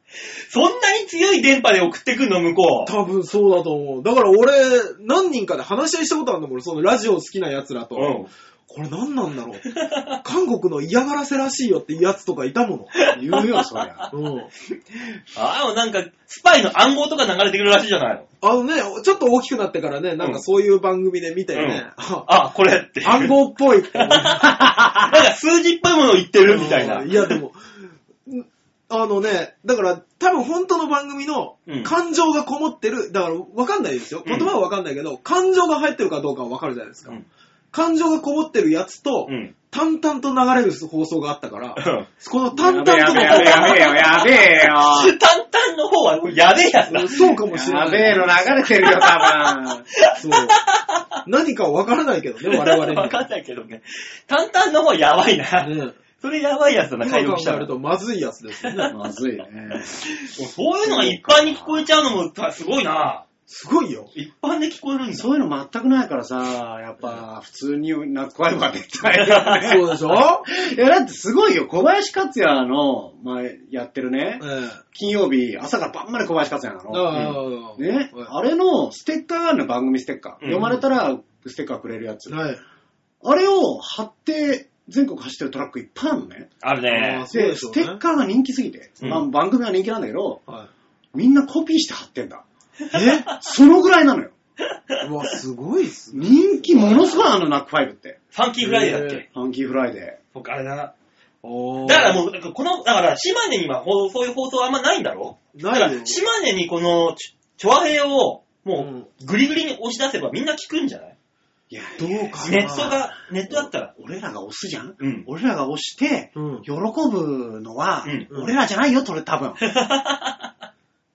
B: そんなに強い電波で送ってくんの、向こう。
C: 多分そうだと思う。だから俺、何人かで話し合いしたことあるんだもん、そのラジオ好きな奴らと。
B: うん。
C: これ何なんだろう。韓国の嫌がらせらしいよってやつとかいたも
A: 言うよ、そりゃ。
C: の。うん。
B: ああ、なんか、スパイの暗号とか流れてくるらしいじゃないの。
C: あのね、ちょっと大きくなってからね、なんかそういう番組で見て
B: うん
C: ね、あ
B: あ、これっていう。
C: 暗号っぽいって思 っ
B: なんか数字っぽいものを言ってるみたいな。
C: いやでも、んあのね、だから多分本当の番組の
B: うん
C: 感情がこもってる、だからわかんないですよ。
B: うん
C: 言葉はわかんないけど、感情が入ってるかどうかはわかるじゃないですか。
B: うん
C: 感情がこもってるやつと、
B: うん。
C: 淡々と流れる放送があったから、この
A: や
C: 淡々
A: べえや
C: と
A: べえやべえ
C: の
A: やべえよ。
B: 淡々の方はやべえやつだ。
C: そうかもしれな
A: や
C: い。
A: べえの流れてるよ、多分。
C: そう。何かわからないけどね、我々に
B: わかんないけどね。淡々の方やばいな。
C: ね。
B: それやばいやつだな、解読
C: 今考
B: した
C: え
B: ら
C: る。とまずいやつですよね。
A: まずいね。
B: そういうのが一般に聞こえちゃうのもたすごいな。
C: すごいよ。
B: 一般で聞こえるんだ。
A: そういうの全くないからさ、やっぱ、普通に泣くわば絶対。
C: そうでしょ
A: いや、だってすごいよ。小林克也の、前やってるね
C: え、え。
A: 金曜日、朝から晩まで小林克也なの。
C: ああ。
A: ね
C: はい、
A: あれのステッカーがあるの、番組ステッカー。
B: うん
A: 読まれたら、ステッカーくれるやつ。
C: はい。
A: あれを貼って、全国走ってるトラックいっぱいあるのね。
B: あるね
C: あ。そうでしょ
A: ス
C: うね
A: テッカーが人気すぎて、
B: うん
A: まあ番組が人気なんだけど、
C: は
A: みんなコピーして貼ってんだ。
C: い。
A: そのぐらいなのよ。
C: えうわ、すごいっすね。
A: 人気ものすごいあのナックファイブって。
B: ファンキーフライデーだっ
C: へ
B: け
A: ファンキーフライデ
B: 僕あれだな。
C: おー
B: だからもう、なんかこの、だから島根にはほそういう放送あんまないんだろだか
C: ないよ
B: ら。島根にこのチョチョアヘイを
C: う
B: も
C: ん
B: うグリグリに押し出せばみんな聞くんじゃない
A: ー。いや、
C: どうかな。
B: ネットが、ネットだった ら。
A: 俺らが押すじゃん
B: うん。
A: 俺らが押して、
C: うん。
A: 喜ぶのは
B: うん、
A: 俺らじゃないよ、それ多分。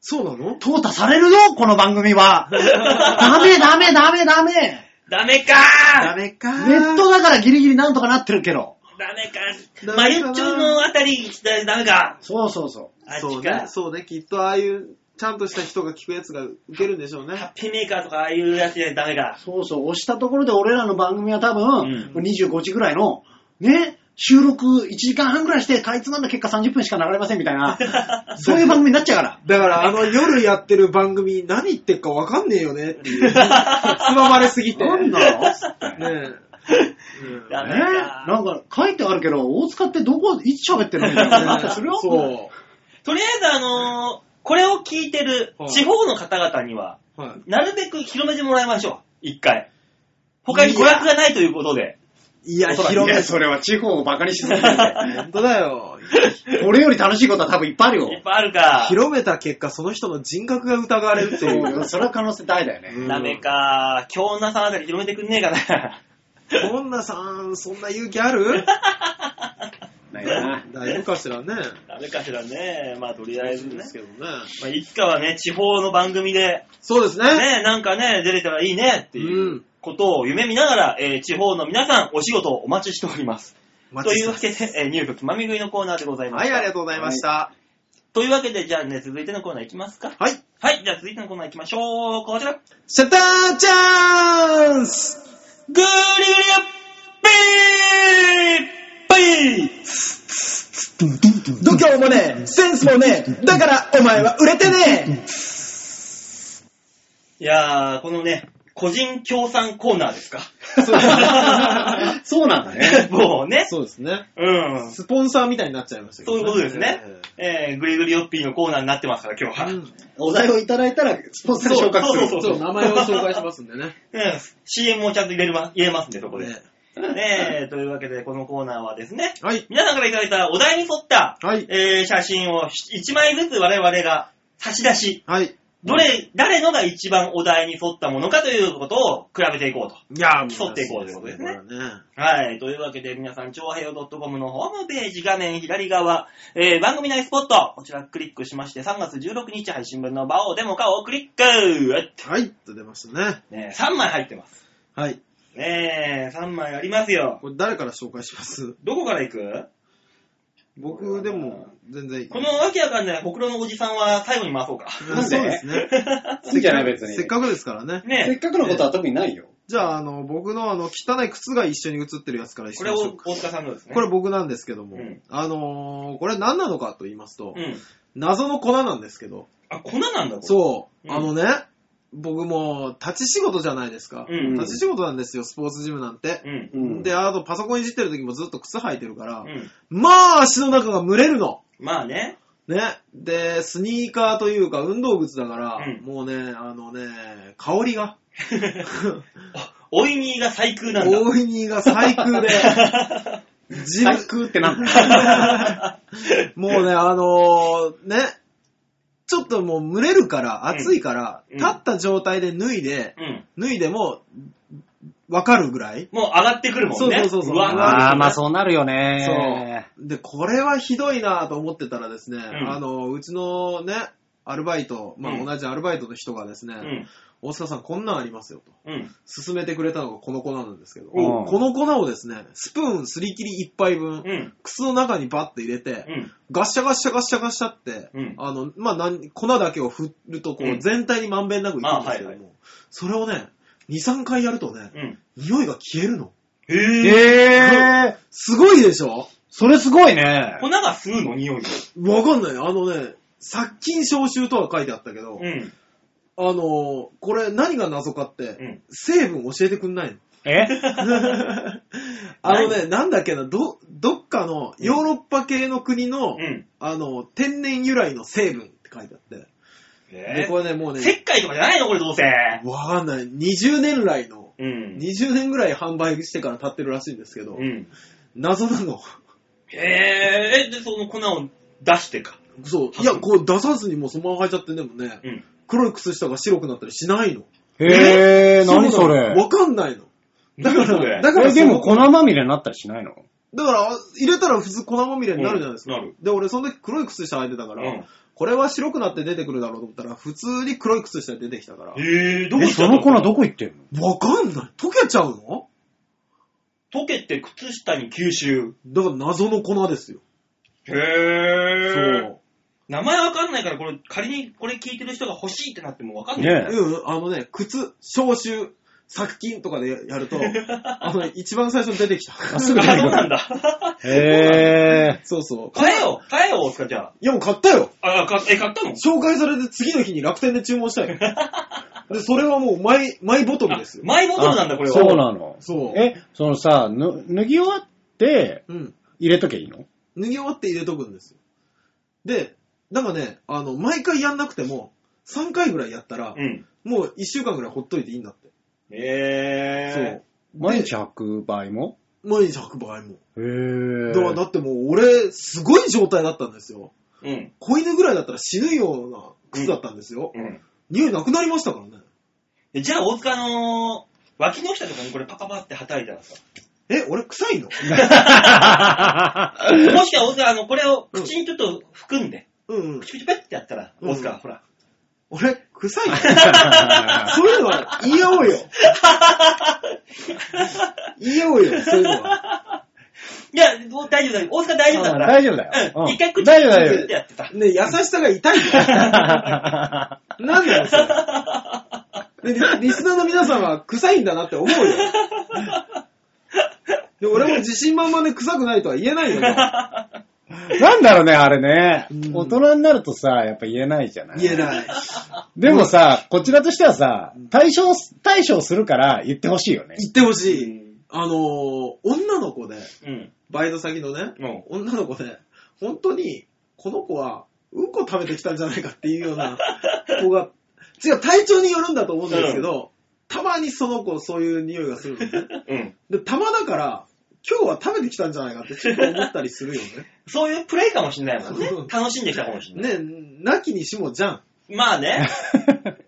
C: そうなの
A: 淘汰されるよ、この番組 は。ダメ、ダメ、ダメ、ダメ。
B: ダメか
C: ダ
B: ー
C: メか
A: ネットだからギリギリなんとかなってるけど。
B: ダメか
C: ダメかな
B: マユッチョのあたり、ダメか
A: そうそうそ
B: あっ
C: そう
B: ち
C: ね
B: か。。
C: そうね。きっとああいう、ちゃんとした人が聞くやつが受けるんでしょう
B: ハ
C: ね。
B: ッピーメーカーとかああいうやつじゃダメ
A: う。
B: か。
A: そうそう、押したところで俺らの番組は多分、
B: う
A: 25時ぐらいの、ね、収録1時間半ぐらいして、かいつまんだ結果30分しか流れませんみたい な、そういう番組になっちゃうから。
C: だからあの夜やってる番組何言ってっかわかんねえよね っていう。つままれすぎて。
A: なんだろうって ね
C: ねえ。うん
B: ダメ
A: ねな
B: か。
A: んか書いてあるけど、大塚ってどこ、いつ喋ってるのみたいな話する よ。
C: そ
B: とりあえずあのー、これを聞いてる
C: はい
B: 地方の方々には、
C: う。はい。
B: なるべく広めてもらいましょう。一回。他に娯楽がないということで。
C: いや、
B: おそらく
C: 広め、
A: それは地方をバカにしすぎて。
C: 本当だよ。
A: 俺より楽しいことは多分いっぱいある
B: いっ
A: よ。
B: ぱいあるか。
C: 広めた結果、その人の人格が疑われるって
A: そ
C: いうう。
A: よ、それは可能性大だよね。
B: ダメか。京女さんあたり広めてくんねえかな。
C: こんなさん、そんな勇気ある
A: ない な。
C: 大丈夫かしらね。
B: ダメかしらね。まあとりあえずね
C: です。けどね。
B: まあ、いつかはね、地方の番組で、
C: そうですね。
B: ね、なんかね、出れたらいいねっていううんことを夢見ながら、えー地方の皆さん、お仕事お待ちしております。
C: お待
B: と
C: ち
B: い
C: して
B: う
C: ま
B: わ
C: す
B: けで、えー、入局つまみ食いのコーナーでございま
C: は
B: し
C: い、
B: た。
C: ありがとうございました。
B: というわけで、じゃあね、続いてのコーナーいきますか。
C: はい。
B: はい、じゃあ続いてのコーナーいきましょう。こちら。
C: シャッターチャンス
B: グリグリアッピーピー
F: 度胸もねえ、センスもねえ、だからお前は売れてね
B: いやー、このね、個人協賛コーナー ですか。
A: そうなんだね。
B: もうね。
C: そうですね。
B: うん。
C: スポンサーみたいになっちゃいましたけ
B: そう
C: ど、
B: いうことですね。えー、グリグリオッピーのコーナーになってますから、今日は。
C: うん
A: お題をいただいたら、スポンサーで昇格する。
B: そう
C: そう、名前を紹介しますんでね。
B: うん、CM をちゃんと入れるま入れますんで、そこで。
C: ね
B: ねえ、というわけで、このコーナーはですね、
C: はい。
B: 皆さんからいただいたお題に沿った、
C: はい。
B: えー写真を1枚ずつ我々が差し出し、
C: はい。
B: どれ、誰のが一番お題に沿ったものかということを比べていこうと。
C: いやー、
B: 競っていこうということですね
C: これはね
B: はい。というわけで、皆さん、超平洋 .com のホームページ画面左側、えー番組内スポット、こちらクリックしまして、3月16日配信分の場をデモ化をクリック
C: はい。と出ましたね。
B: ねえ、3枚入ってます。
C: はい。
B: ねえ、3枚ありますよ。
C: これ誰から紹介します
B: どこから行く
C: 僕でも全然いい。
B: このわけわかんないほくろのおじさんは最後に回そうか。
C: うんそうですね。
A: いいんじゃない別に。
C: せっかくですからね。
B: ね
A: せっかくのことは特にないよ。
C: じゃあ、あの、僕のあの、汚い靴が一緒に映ってるやつから一
B: こ
C: 緒
B: れ
C: に
B: を
C: しようか。
B: 大塚さんのですね。
C: これ僕なんですけども、
B: うん
C: あのー、これ何なのかと言いますと、
B: うん。
C: 謎の粉なんですけど、
B: あ、粉なんだ、これ。
C: そう、
B: うん
C: あのね、僕も立ち仕事じゃないですか。
B: うん
C: 立ち仕事なんですよ、スポーツジムなんて。
B: うん。
A: うん
C: で、あとパソコンいじってる時もずっと靴履いてるから、
B: うん。
C: まあ足の中が蒸れるの。
B: まあね。
C: ね。で、スニーカーというか運動靴だから、
B: うん
C: もうね、あのね、香りが、
B: あおいにが最空なんだ。
C: 大いにが最 空で、自分
A: 最空ってなんだ
C: もうね、あのーね、ちょっともう蒸れるから、暑いから、
B: うん
C: 立った状態で脱いで、
B: うん。
C: 脱いでも、わかるぐらい。
B: もう上がってくるもんね。
C: そうそうそうそう
B: わ
A: ああ、まあそうなるよね。
C: で、これはひどいなと思ってたらですね、
B: ん
C: あの、うちのね、アルバイト、ま
B: う
C: あ
B: ん
C: 同じアルバイトの人がですね、
B: うん。
C: 大塚さんこんなんありますよと、
B: うん。
C: 勧めてくれたのがこの粉なんですけど、
A: おう
C: この粉をですね、スプーンすり切り1杯分、
B: うん。
C: 靴の中にバッと入れて、
B: うん。
C: ガッシャガッシャガッシャガッシャって、
B: うん
C: あの、まあ、なん粉だけを振ると、こ
B: うん
C: う、全体にまんべんなくいくんですけど
B: あ
C: も、
B: はいは
C: それをね、2、3回やるとね、
B: うん。
C: 匂いが消えるの。
A: え
B: へぇー。
A: えー、
C: すごいでしょ
A: それすごいね。
B: 粉が吸うの匂いを。
C: わかんない。あのね、殺菌消臭とは書いてあったけど、
B: うん。
C: あのーこれ何が謎かって、
B: うん
C: 成分教えてくんないの。
A: え
C: あのね、なんだっけな、ど、どっかのヨーロッパ系の国の、
B: うん。
C: あの、天然由来の成分って書いてあって。
B: え
C: で、これね、もう
B: ー、
C: ね、
B: 石灰とかじゃないのこれどうせ。
C: わかんない。20年来の、
B: うん。
C: 20年ぐらい販売してから経ってるらしいんですけど、
B: うん。
C: 謎なの。
B: へえ、で、その粉を出してか。
C: そう。いや、こう出さずにもうそのまま履いちゃってでもね、
B: うん。
C: 黒い靴下が白くなったりしないの。
A: えー、何それ。
C: わかんないの。だか
B: 何それ
C: ら、だから
A: え、でも
C: その
A: 粉まみれになったりしないの
C: だから、入れたら普通粉まみれになるじゃないですか。
B: うんなる
C: で、俺その時黒い靴下履いてたから、
B: うん
C: これは白くなって出てくるだろうと思ったら、普通に黒い靴下で出てきたから、
B: へぇー、どこ
A: え、
B: 行っちゃ
A: そ
B: ったの
A: の粉どこ行ってんの
C: わかんない。溶けちゃうの
B: 溶けて靴下に吸収。
C: だから謎の粉です よ。
B: へぇー。
C: そう。
B: 名前わかんないから、これ、仮にこれ聞いてる人が欲しいってなってもわかんない。
A: ねえ。
C: うん、あのね、靴、消臭、殺菌とかでや ると、あの、一番最初に出てきた。
A: あすぐ
B: あ、
A: 出て
B: そ
A: く
B: うなん
A: る。
B: だ。
A: へ
C: そうそう。
B: 買えよ買えよ、大塚じゃ
C: いや、もう買ったよ。
B: あ。あ、かえ、買ったの
C: 紹介されて次の日に楽天で注文 したよ。で、それはもうマイ、マイボトルですよ。
B: マイボ
A: ー。
B: トルなんだ、これは。
A: そうなの。
C: そう。
A: え、そのさ、ぬ脱ぎ終わって
C: うん。
A: 入れとけいいの
C: 脱ぎ終わって入れとくんですよ。で、なんかね、あの、毎回やんなくても、3回ぐらいやったら
B: う、ん。
C: もう1週間ぐらいほっといていいんだって。
B: え
A: 毎日履く場合も
C: そう。毎日履く場合も。
A: へ
C: だからだ
A: ー。
C: ってもう俺、すごい状態だったんですよ。
B: そう。うん。
C: 子犬ぐらいだったら死ぬような靴だったんですよ。
B: うん
C: 匂いなくなりましたからね。
B: え。じゃあ、大塚の、脇の下とかにこれパカパって叩いたらさ。
C: え、俺臭いの
B: もしくは、大塚、あの、これを口にちょっと含んで、
C: うんうん。
B: 口口ペッってやったら、
C: うん
B: 大塚、ほら。
C: 俺、臭いのそういうのは言い合お うよ。言い合おうよ、そういうのは。
B: いや、もう大丈夫だよ。大塚大丈夫だから。
A: 大丈夫だよ。
B: うん。一回口
A: 大丈
B: 口
A: 夫だ
B: ペッ
A: よ
B: て。やってた。
C: ね、優しさが痛いんだよ。なんだよ、それ。 でリリスナーの皆さんは臭いんだなって思うよ。で俺も自信満々で臭くないとは言えないよ。
A: なんだろうね、あれね
C: う。ん
A: 大人になるとさ、やっぱ言えないじゃない
C: 言えない。
A: でもさ、こちらとしてはさ、対象、対処するから言ってほしいよね。
C: 言ってほし
B: う
C: い。
B: ん
C: あのー女の子で、
B: うん。
C: バイト先のね、
B: うん
C: 女の子で、本当に、この子は、うんこ食べてきたんじゃないかっていうような子が、違う、体調によるんだと思うんですけど、たまにその子、そういう匂いがするのね。
B: うん。
C: で、たまだから、今日は食べてきたんじゃないかってちょっと思ったりするよ
B: そういうプレイかもしれないもんね
C: うん。
B: 楽しんできたかもしれない。
C: ね。ね、なきにしもじゃん。
B: まあね。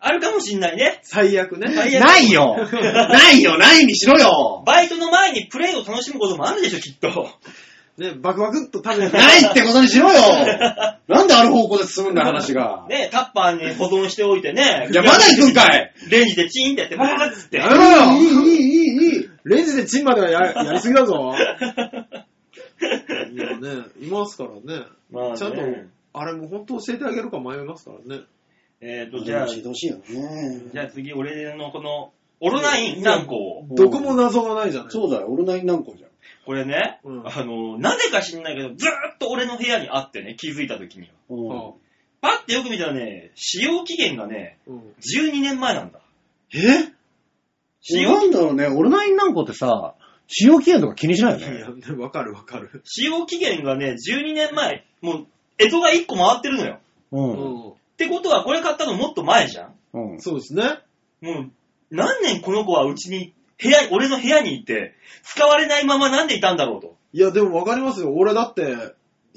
B: あるかもしれないね。
C: 最悪ね。
B: 最悪
A: ないよないよないにしろよ
B: バイトの前にプレイを楽しむこともあるでしょ、きっと。
C: ね、バクバクっと食べてきた。
A: ないってことにしろよなんである方向で進むんだ、話が。
B: ね、タッパーに保存しておいてね。
A: いや、まだ行くんかい
B: レンジでチーンってやって、バーッつって。
A: やめろよ
C: いい、いい、いい、いい。レンジでチンまではややりすぎだぞ。いやね、いますからね。
B: まあね
C: ちゃんと、あれも本当教えてあげるか迷いますからね。
B: えっと、じゃあ、
E: 教えて
B: じ
E: ほしいよね。
B: ゃあ次、俺のこの、オロナイン何個を。
C: どこも謎がないじゃない。
E: そうだよ、俺なり何個じゃん。
B: これね、
C: うん
B: あの、なぜか知んないけど、ずーっと俺の部屋にあってね、気づいた時には。
E: うん
C: ああ
B: パッてよく見たらね、使用期限がね、
C: うん
B: 12年前なんだ。
C: え
B: 使用
A: なんだろうね、俺ナインなんこってさ、使用期限とか気にしないよ
C: いや、
A: ね。
C: ねわかるわかる。
B: 使用期限がね、12年前、もう、江戸が1個回ってるのよ。
A: う。
C: うんん。
B: ってことは、これ買ったのもっと前じゃん
A: うん。
C: そうですね。
B: もう、何年この子はうちに、部屋、俺の部屋にいて、使われないままなんでいたんだろうと。
C: いや、でもわかりますよ。俺だって、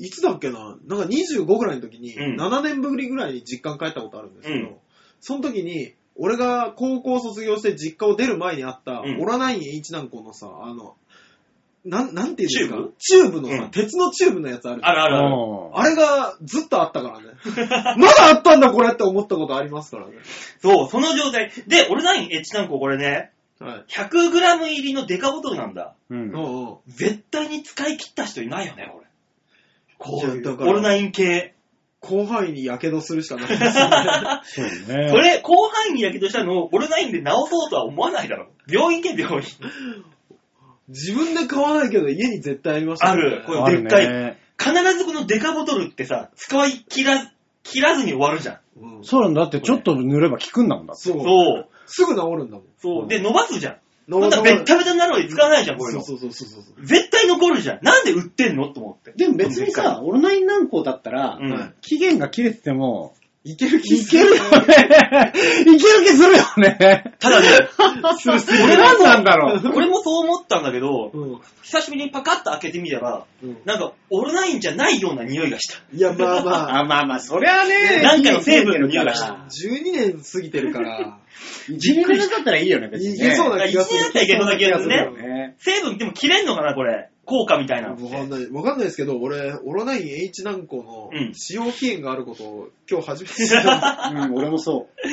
C: いつだっけな、なんか25ぐらいの時に、
B: うん
C: 7年ぶりぐらいに実家に帰ったことあるんですけど、
B: うん
C: その時に、俺が高校卒業して実家を出る前にあった、
B: うん
C: オラナイン栄一なんこのさ、あの、なん、なんていうんですか
B: チ
C: チューブのさ、
B: うん
C: 鉄のチューブのやつあるじゃん
B: あるあるある。
A: あ
C: あれがずっとあったからね。 まだあったんだこれって思ったことありますからね。
B: そう、その状態。で、俺ナインエッチタンコこれね、
C: はい。
B: 100g 入りのデカボトルなんだ。
A: う
C: うん
A: ん。
C: うん。
B: 絶対に使い切った人いないよね、これ。こうい
C: いやだ
B: う、
C: から
B: オルナイン系。
C: 広範囲に火傷するしかないですよ ね。
A: そうね。
B: それ、広範囲にやけどしたのを、オルナインで治そうとは思わないだろ。病院系病院。
C: 自分で買わないけど家に絶対ありました
B: あ
C: ね、
B: る。こ
A: あ
B: れで
A: る
B: っ
A: ね
B: かい。必ずこのデカボトルってさ、使い切ら、切らずに終わるじゃん。
C: うん
A: そうなんだだって、ちょっと塗れば効くんだもんだって。
C: そう。
B: そう。
C: すぐ治るんだもん。
B: そう。で、伸ばすじゃん。
C: 治
B: そんなべったべたになるまで使わないじゃん、こういう
C: そう
B: の。
C: そうそうそうそう。
B: 絶対残るじゃん。なんで売ってんのと思って。
E: でも別にさ、オンライン軟膏だったら、
B: うん
C: はい
A: 期限が切れてても、
C: いける気
A: いけるよね。いける気するよね。
B: ただね、
A: するする。何なんだろう。
B: 俺もそう思ったんだけど、
C: うん。
B: 久しぶりにパカッと開けてみたら、
C: うん
B: なんか、オルナインじゃないような匂いがした。
C: いや、まあま
A: あ、まあまあ、そりゃね。
B: なんかの成分の匂いがした。
C: あ、12年過ぎてる から、
A: 自分だったらいいよね、別
C: い
A: に、
C: け
A: ね。
C: そう
B: だから
C: な気がする。
B: 一年だけどな気がするね
C: わ
A: ね。
B: 成分でも切れんのかな、これ。効果みたいなのっ
C: かん
B: て。
C: ない。わかんないですけど、俺、オロナイン H 軟膏の
B: うん
C: 使用期限があることを今日初めて知った。
A: うん、俺もそう。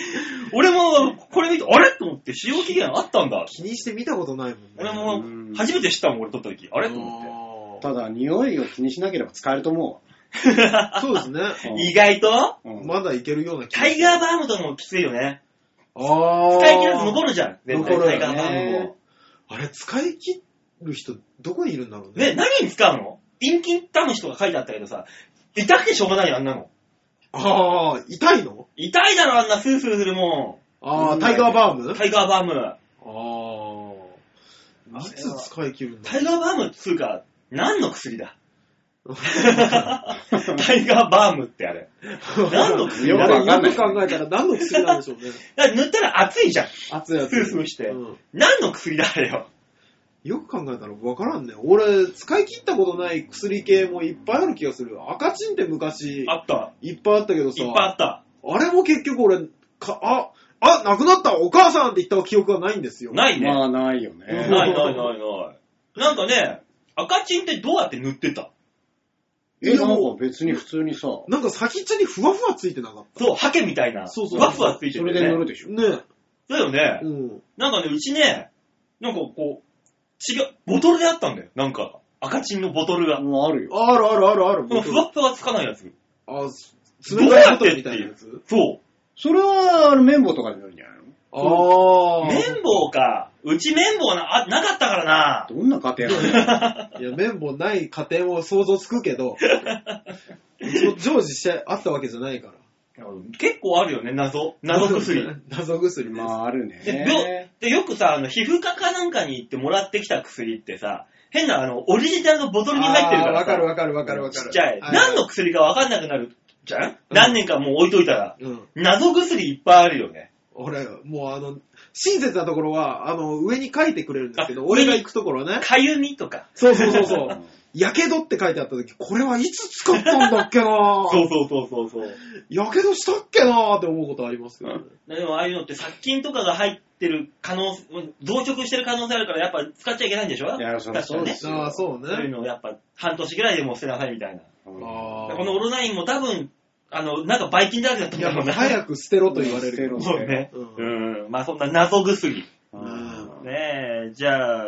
B: 俺も、これ見て、あれと思って、使用期限あったんだ。
C: 気にして見たことないもんね。
B: 俺
A: う
B: も、
A: ん
B: 初めて知ったもん、俺撮った時。あ
C: あ
B: れと思
A: ただ、匂いを気にしなければ使えると思
C: ーそうですね。
A: う。
B: って。意外と、
A: うん
C: まだいけるような気
B: タイガーバームとかもきついよね。
C: あー
B: 使い切らず残るじゃん。絶対
C: 残
B: タ
C: るよね
B: イガーバームも。
C: あれ、使い切る人、どこにいるんだろうね。
B: ね、何に使うの陰菌タムシとか書いてあったけどさ、痛くてしょうがないよ、あんなの。
C: ああ、痛いの
B: 痛いだろ、あんなスースーするも
C: ああ、タイガーバーム
B: ん。タイガーバーム。
C: ああ。いつ使い切るんだ
B: タイガーバームっつうか、何の薬だ タイガーバームってあれ。何の薬
A: よく
B: だ
A: わかんない
C: よく考えたら何の薬なんでしょうね。
B: だから塗ったら熱いじゃん。
C: 熱いやつ。
B: スースーして
C: うん
B: 何の薬だあれよ。
C: よく考えたら分からんね。俺、使い切ったことない薬系もいっぱいある気がする。赤チンって昔、
B: あった。
C: いっぱいあったけどさ
B: いっ、ぱいあった。
C: あれも結局俺、か、あ、あ、なくなったお母さんって言った記憶がないんですよ。
B: ないね。
A: まあ、ないよ
C: あ
B: ない
A: ね。
B: ないないない。なんかね、赤チンってどうやって塗ってた
A: え、なんか別に普通にさ、
C: なんか先っちょにふわふわついてなかっ
B: そう、ハケみたいな。
C: そうそう。
B: ふわふわついて
A: そ
B: る
A: れ
B: よね。
A: で乗るでしたょ。
C: ね
B: だよね
C: え。う。ん。
B: なんかね、うちね、なんかこう、違う、ボトルであったんだよ。なんか、赤チンのボトルが。
A: もうあるよ。
C: あるあるある ある。
B: このふわっふわつかないやつ。
C: あ、
B: どう
C: 冷た
B: や
C: い
B: っ
C: ボト
B: て
C: ル
B: っ
C: み
B: て
C: たいな
B: いう
C: やつ。
B: そう。
A: それは、あの、綿棒とかで乗るんじゃないの
C: ああ。
B: 綿棒か。うち綿棒な、あ、なかったからな。
A: どんな家 庭なの
C: いや、綿棒ない家庭も想像つくけ ど、そ常時してあったわけじゃないから。
B: 結構あるよね、謎。謎 薬。。
C: 謎薬です。
A: まあ、ある
B: で
A: ね。。
B: で、よくさ、あの、皮膚科かなんかに行ってもらってきた薬ってさ、変な、あの、オリジナルのボトルに入ってるから
C: あーわ
B: さ。
C: かるわかるわかるわかる。
B: ちっちゃい。
C: は
B: 何の薬かわかんなくなるじゃん、何年かもう置いといたら。
C: うん。
B: 謎薬いっぱいあるよね。
C: 俺、もうあの、親切なところは、あの、上に書いてくれるんですけ
B: あ
C: ど、
B: 上
C: 俺
B: に
C: が行くところね。
B: かゆみとか。
C: そうそうそうそううん やけどって書いてあった時、これはいつ使ったんだっけな
B: そうそうそうそうそう。
C: やけどしたっけなって思うことありますけどね。
B: でもああいうのって殺菌とかが入ってる可能、増殖してる可能性あるからやっぱ使っちゃいけないんでしょ
A: いやそりゃそうですよ
C: ああ、そう
B: そういう
C: ね。
B: のをやっぱ半年ぐらいでもう捨てなさいみたいな。
C: あ
B: この
C: あ。
B: オロナインも多分、あの、なんかばい菌だらけだった
C: い
B: んだ
C: や、
B: ろ
C: も
B: う
C: う
B: な。
C: 早く捨てろと言われるけど。
B: そうね。
C: うん
B: うん。まあそんな謎薬。
A: うん
B: ねえ、じゃあ、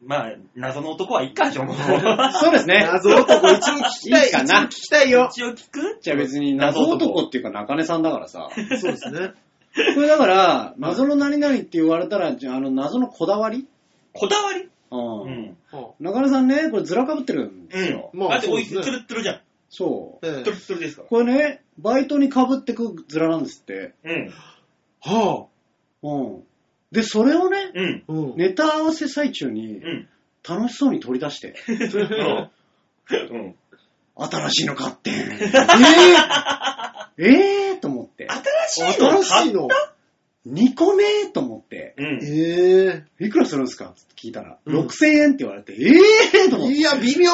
B: まあ、謎の男はいっかでしょ、もう。
A: そうですね。
C: 謎男一応聞きたい。
A: いいかな
C: 一応聞きたいよ。
B: 一応聞く
A: じゃあ別に謎男っていうか中根さんだから さ。
C: そうですね。
A: これだから、謎の何々って言われたら、じゃああの謎のこだわり
B: こだわり
A: う。
B: うんん。
A: 中根さんね、これずらかぶってるんですよ。
B: まあ、
C: まあ
B: だっておい、
C: そ
B: つ
C: う
B: る
C: ですね
B: つるじゃん。
A: そう。
C: え
B: つ
C: え
B: るつるですか
A: これね、バイトにかぶってくずらなんですって。
B: ら。うん。
C: は
A: うん。で、それをね、
B: うん。
C: あ。うん。
A: ネタ合わせ最中に
B: うん。
A: 楽しそうに取り出して、
B: うんうん。
A: 新しいの買ってん。えー、えーと思って。
B: 新しいの
C: 新しいの。
A: 2個目と思って、
B: うん。
C: え
A: いくらするんですかって聞いたら、
C: うん
A: 6000円って言われて、えー
C: え
A: と思って、
C: いや、微妙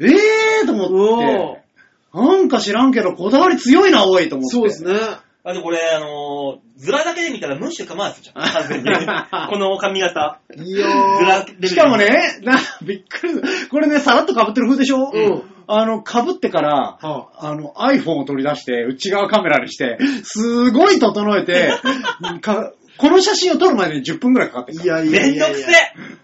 A: えーと思って、なんか知らんけど、こだわり強いな、おいと思って。
C: そうですね。
B: ああとこれ、あのー、ズラだけで見たらムッシュかまーすじゃん。 完全に。この髪型。
C: いや
B: ズラ
C: ー。
B: レベル
A: しかも。ね、な、びっくり。これね、さらっと被ってる風でしょ
C: うん
A: あの、被ってから、
C: は
A: あの、iPhone を取り出して、内側カメラにして、すごい整 えて、かこの写真を撮るまでに10分くらいかかってる
C: い
A: から。
C: やいや
B: め
C: い
B: んど
C: や
B: く
C: い
B: せ
C: や。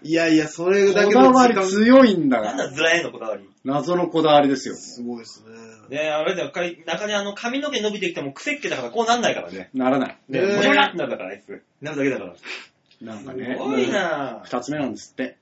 C: いやいや、それだ
A: こ
C: け
A: だ
C: の
A: わり
C: 時間。
A: 強いんだ
B: な
A: か
B: ん
A: ら。
B: だズラへのこだわり。
A: 謎のこだわりですよ。
C: すごいですね。
B: ねあれだよ、かい中にあの髪の毛伸びてきても癖っ気だからこうなんないからね。
A: ならない。
B: ね、
C: ねえ
B: もじゃもじゃってなるから、あいつ。なるだけだから。す
A: なんかね、
B: ごいなぁ。
A: 二つ目なんですって。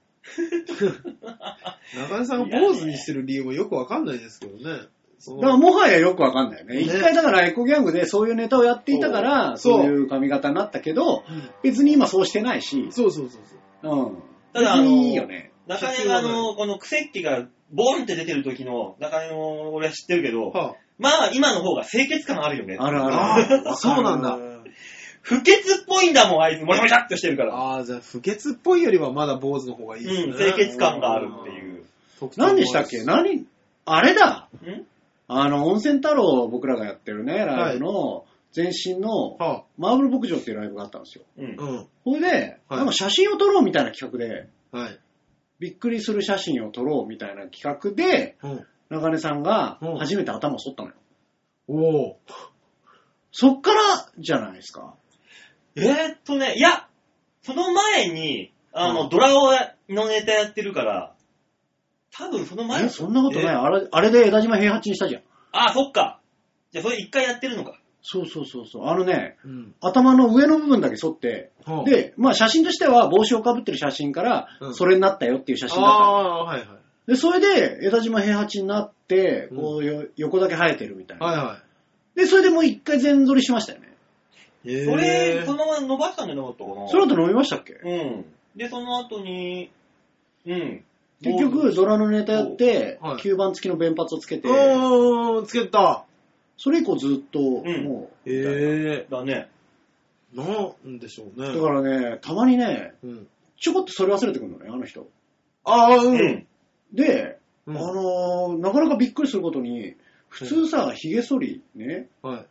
C: 中根さんが坊主にしてる理由もよくわかんないですけどね。そ
A: だから
C: の
A: もはやよくわかんないよね。
C: ね
A: 一回だからエコギャングでそういうネタをやっていたから、
C: そ
A: そうういう髪型になったけど
C: うん、
A: 別に今そうしてないし、
C: そうそうそうそう。
A: うん。
B: ただあの
A: 別にいいよね。
B: 中根があの、この癖っ気がボーンって出てる時の中根の俺は知ってるけど、
C: は
B: まあ今の方が清潔感あるよね。
A: ある
C: あ、
A: ある。
C: あーそうなんだ。
B: 不潔っぽいんだもん、あいつ。もじゃもじゃっとしてるから。
C: ああ、じゃあ、不潔っぽいよりはまだ坊主の方がいいです
B: うん、
C: ね。
B: 清潔感があるっていう。
C: 特徴もあ
A: 何
C: る
A: でしたっけ何あれだ
B: ん
A: あの、温泉太郎僕らがやってるね、ライブの前身の
C: は
A: マーブル牧場っていうライブがあったんですよ。
B: う
C: あ、
B: ん。
C: うん。
A: ほいで、
C: はい
A: なんか写真を撮ろうみたいな企画で、
C: はい。
A: びっくりする写真を撮ろうみたいな企画で、
C: うん。
A: 中根さんが
C: うん
A: 初めて頭を剃ったのよ。
C: おお。
A: そっからじゃないですか。
B: えーっとね、いや、その前に、あの、
C: うん
B: ドラゴンのネタやってるから、多分その前
A: え、そんなことない。
B: え
A: あれあれで枝島平八にしたじゃん。
B: あ、そっか。じゃあそれ一回やってるのか。
A: そうそうそうそう。あのね、
C: うん。
A: 頭の上の部分だけ剃って、
C: はあ、
A: で、まあ写真としては帽子をかぶってる写真から
C: う、ん
A: それになったよっていう写真だったの、
C: ああー、はいはい。
A: で、それで枝島平八になって、
C: うん
A: こうよ、横だけ生えてるみたいな。
C: はいは
A: で、それでもう一回全剃りしましたよね。
C: い。え
B: それ、そのまま伸ばしたんじゃなかったかな。
A: その後飲みましたっけ
B: うん。で、その後に、うん。
A: 結局、ドラのネタやって、
C: はい
A: 吸盤付きの弁髪をつけて、
C: おー、つけた。
A: それ以降ずっと、
B: ん
A: もう、みたいな
C: え
B: だね。
C: ー、なんでしょうね。
A: だからね、たまにね、
C: うん。
A: ちょこっとそれ忘れてくるのね、あの人。
C: ああ、う。
B: うんん。
A: で、
C: うん
A: あのーなかなかびっくりすることに、普通さ、髭剃りね、
C: はい。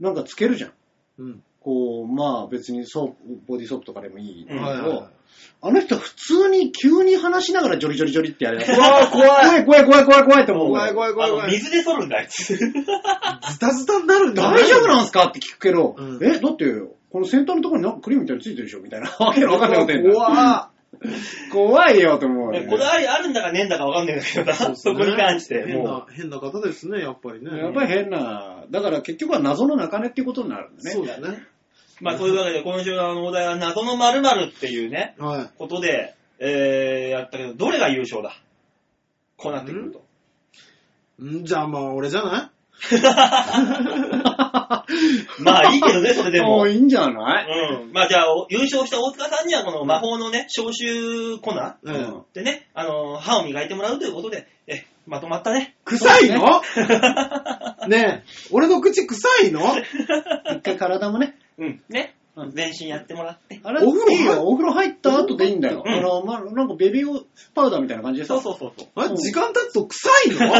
A: なんかつけるじゃん。
C: うん。
A: こう、まあ別にソープ、ボディーソープとかでもいいん
B: う
A: だけ
B: ん
A: ど、
C: はいはいはい。
A: あの人普通に急に話しながらジョリジョリジョリってやる。怖
C: わー、怖い。
A: い怖い怖い怖い怖いと思う。
C: 怖い怖い怖
B: あ
C: い
B: の、
C: 怖い。
B: 水で剃るんだ、あいつ。
C: ズタズタになるんだ。
A: 大丈夫なんすかって聞くけど、
C: うん
A: え、だって、この先端のところになんかクリームみたいについてるでしょみたいな。わけのわかんないこと言うんだよ
C: 怖
A: 怖いよと思う、ね。
B: こだわりあるんだかねえんだかわかんないんだけどな、
C: い。
B: そこに関して。
C: 変
B: も
C: な、変な方ですね、やっぱりね。
A: やっぱり変な、だから結局は謎の中根っていうことになるんだね。
C: そうですね。
B: う。まあ、そういうわけで、今週のあのお題は、謎の〇〇っていうね、
C: はい。
B: ことで、えー、やったけど、どれが優勝だこうなってくると。
C: んじゃあまあ、俺じゃない
B: まあ、いいけどね、それで
A: も
B: も。
A: う
B: う
A: いいんじゃない、
B: ん。まあ、じゃあ、お優勝した大塚さんには、この魔法のね、消臭粉
C: う。
A: うんん
B: でね、あの、歯を磨いてもらうということで、え、まとまったね。
C: 臭いのねえ、俺の口臭いの
A: 一回体もね。
B: うん。ね
A: う。ん
B: 全身やってもらって。
A: あれ、
C: お風呂入
A: いいよ。お風呂入った後でいいんだよ。
B: うん
A: あの、まあ、なんかベビーパウダーみたいな感じでさ。
B: そうそうそうそう。
C: あ
A: うん
C: 時間経つと臭いの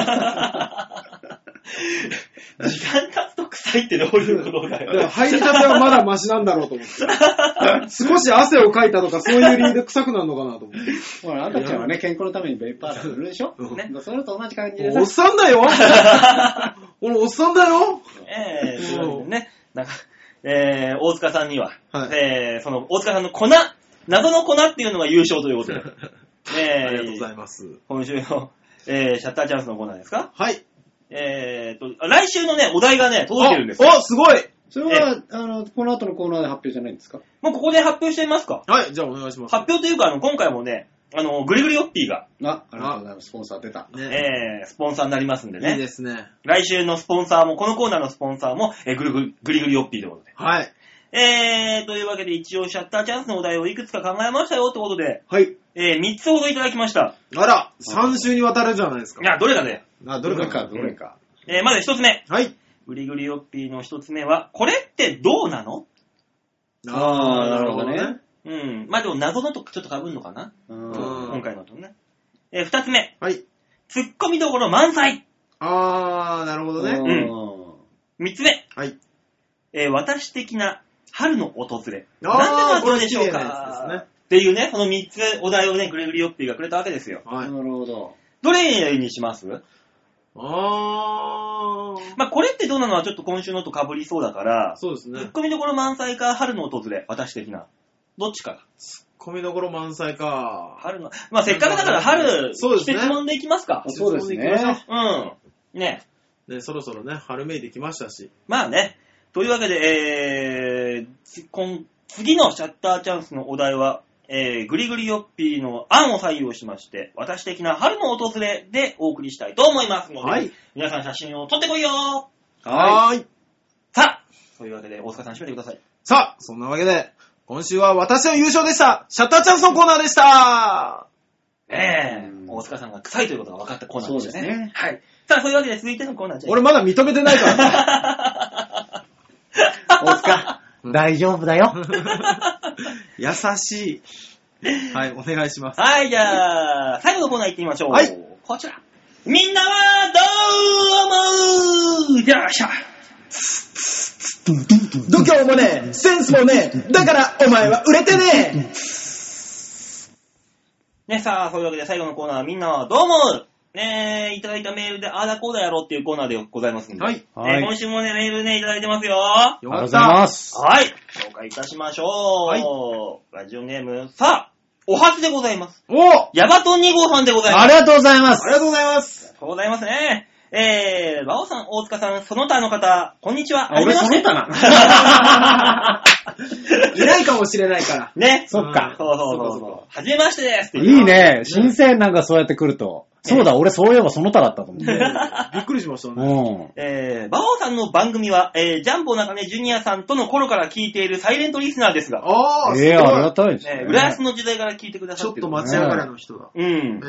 B: 時間経つと臭いってどういうことだ
C: だから
B: よ。
C: 入りたてはまだマシなんだろうと思って。少し汗をかいたとか、そういう理由で臭くなるのかなと思って。
A: ほら、赤ちゃんはね、健康のためにベビーパウダーするでしょ
C: うん
B: ね
A: それと同じ感じで
C: おっ
A: さ。
C: さんだよ俺おっさんだよ
B: ええそういうわけでね。なんか、えー、大塚さんには、
C: はい
B: えー、その、大塚さんの粉、謎の粉っていうのが優勝ということで。えー、
C: ありがとうございます。
B: 今週の、えー、シャッターチャンスのコーナーですか
C: はい。
B: えーと、あ来週のね、お題がね、届いてるんですよ。
C: お、すごい
A: それは、あの、この後のコーナーで発表じゃないんですか
B: もうここで発表してみますか
C: はい、じゃあお願いします。
B: 発表というか、あの、今回もね、あの、グリグリオッピーが、
A: あ、ありがとうございます。スポンサー出た。
C: ね
B: えー、スポンサーになりますんでね。
C: いいですね。
B: 来週のスポンサーも、このコーナーのスポンサーも、えー、グリグリ、グリグリオッピーということで。
C: はい。
B: えー、というわけで一応シャッターチャンスのお題をいくつか考えましたよってことで、
C: はい。
B: えー、3つほどいただきました。
C: あら、3週にわたるじゃないです
B: い
C: か。
B: や、どれかね。
C: あ、
A: ど
C: ど
A: れ
C: れ
A: か
C: か
A: か、
C: な
A: どれか。
B: えー、まず1つ目。
C: はい。
B: グリグリオッピーの1つ目は、これってどうなの
A: あーなるほどね
B: うん。まあでも謎のとちょっと被るのかな、
A: うん
C: ん
B: 今回のとね。えー、2つ目。
C: はい。
B: ツッコミどころ満載。
C: あー、なるほどね。
B: ん
A: うん
B: 3つ目。
C: はい。
B: えー私的な春の訪れ。
C: あー
B: なんてのでしょう
C: これ綺麗なやつです
B: か
C: ね
B: っていうね、この3つお題をね、グレグリオッピーがくれたわけですよ。
C: はい。
E: なるほど。
B: どれにします
C: あー。
B: まあ、これってどうなのはちょっと今週のと被りそうだから、
C: そうです
B: ツッ
C: ね。
B: コミどころ満載か、春の訪れ、私的な。どっちか。
C: 込みどころ満載か。
B: 春の、まあ、せっかくだから春、
C: そうで
B: 季
C: すね
B: 節もんでいきますか。
E: そうですね
C: 質問行きましょ
B: うん。ね。
C: うね、そろそろね、春めいてきましたし。
B: まあね。というわけで、えー、つ今次のシャッターチャンスのお題は、えー、グリグリヨッピーの案を採用しまして、私的な春の訪れでお送りしたいと思いますので、
C: はい
B: 皆さん写真を撮ってこいよ
C: はーい。
B: さあというわけで、大塚さん締めてください。
C: さあ、そんなわけで、今週は私の優勝でしたシャッターチャンスのコーナーでした
B: ねえ
A: う、ん
B: 大塚さんが臭いということが分かったコーナーでしたね。
A: そうですね
B: はい。さあ、そういうわけで続いてのコーナーじゃ
C: 俺まだ認めてないからね。
A: 大塚、大丈夫だよ。
C: 優しい。はい、お願いします。
B: はい、じゃあ、最後のコーナー行ってみましょう。
C: はい。
B: こちら。みんなはどう思うよっしゃ。
D: 度胸もねえ、センスもねえ、だからお前は売れてね
B: ね、さあ、そういうわけで最後のコーナー、みんなはどう思うねえ、いただいたメールで、あーだこうだやろうっていうコーナーでございますんで。
C: は
B: ね
C: い。
A: はい。あり
B: 今
A: がと
B: 週もね、メールね、いただいてますよ。は
A: う
C: よか
A: ご
C: っ
A: ざいま
C: た。
A: す。
B: い。紹介いたしましょう。ラジオネーム、さあ、お初でございます。
C: おあ
B: ヤバトン2号さんでございます。
A: ありがとうございます
C: り。がとうございます。
B: そうございますね。えー、馬尾さん、大塚さん、その他の方、こんにちは。
A: あ俺
B: はじめまして
A: その
C: いないかもしれないから。
B: ね。
A: そっか。
B: そうそうそうそう。はじめましてですって
A: いい。ね。新鮮なんかそうやって来ると。そうだ、俺そういえばその他だっ たと思って。
C: びっくりしましたね。
A: うん。
B: えー、馬王さんの番組は、えー、ジャンボ中根ジュニアさんとの頃から聞いているサイレントリスナーですが、
C: あー、すごい
A: ええ、ありがたいです
B: ね
A: ね。、
B: 浦安の時代から聞いてくだ
C: ち
B: さ
C: ょ
B: っ
C: って
B: る。
C: と待ち上がれの人だ。
B: うん。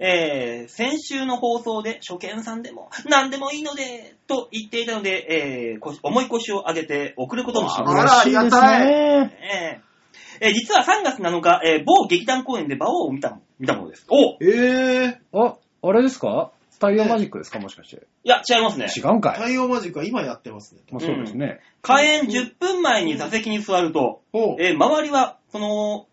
C: え
B: えー、先週の放送で初見さんでも何でもいいのでと言っていたので、えー、こ重い腰を上げて送ることにしました。
C: あらありがたい
A: 嬉しですね。
B: えーえー実は3月7日、えー某劇団公演で馬王を見たも見たものです。おい
C: え。ええ。
A: あ、あれですか太陽マジックですかもしかして。
B: や、違いますね。
A: 違うんかい。
C: 太陽マジックは今やってますね。
A: まあそうですね。
B: 開演10分前に座席に座ると、
C: ほう。
B: えー周りは、その、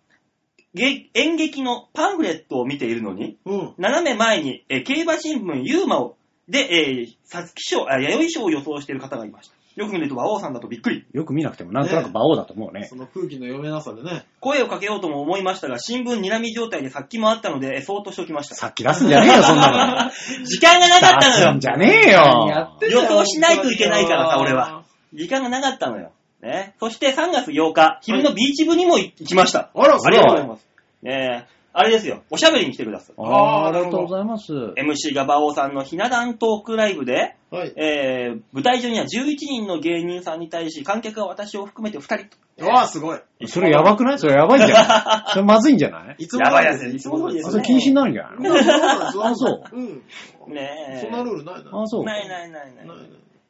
B: げ演劇のパンフレットを見ているのに、
C: うん。
B: 斜め前に、えー競馬新聞ユーマを、で、えー、さつき賞、あ、弥生賞を予想している方がいました。よく見ると馬王さんだとびっくり。
A: よく見なくても、なんとなく馬王だと思うね
C: そ。の空気の読めなさでね。
B: 声をかけようとも思いましたが、新聞睨み状態で殺気もあったので、えーそーっとしておきました。
A: さっき出すんじゃねえよ、そんなの。
B: 時間がなかったの
A: 出すん
B: よ。
A: じゃねえよ。
B: 予想しないといけないからさ、俺は。。時間がなかったのよ。ね。そして3月8日、昼のビーチ部にも行きました。
C: あら、
B: ありがとうございます。ねえ、あれですよ。おしゃべりに来てください。
A: あー
C: あ
A: あ
C: ーな
A: り
C: るほ
A: がと
C: ど
A: うございます。
B: MC が馬王さんのひな壇トークライブで、
C: はい。
B: えー、舞台上には11人の芸人さんに対し、観客は私を含めて2人
C: わあ、すごい。
A: それやばくないそれやばいんじゃないそれまずいんじゃない
C: い
B: やばいやつです
C: 通り
A: あ、それ禁止になるんじゃない
C: そ
A: の
C: うなんです
A: あそう
C: うん。
B: と。 ねえ。
C: そんなルールないな。
A: あ、そう。
B: ないないないない。
C: ないない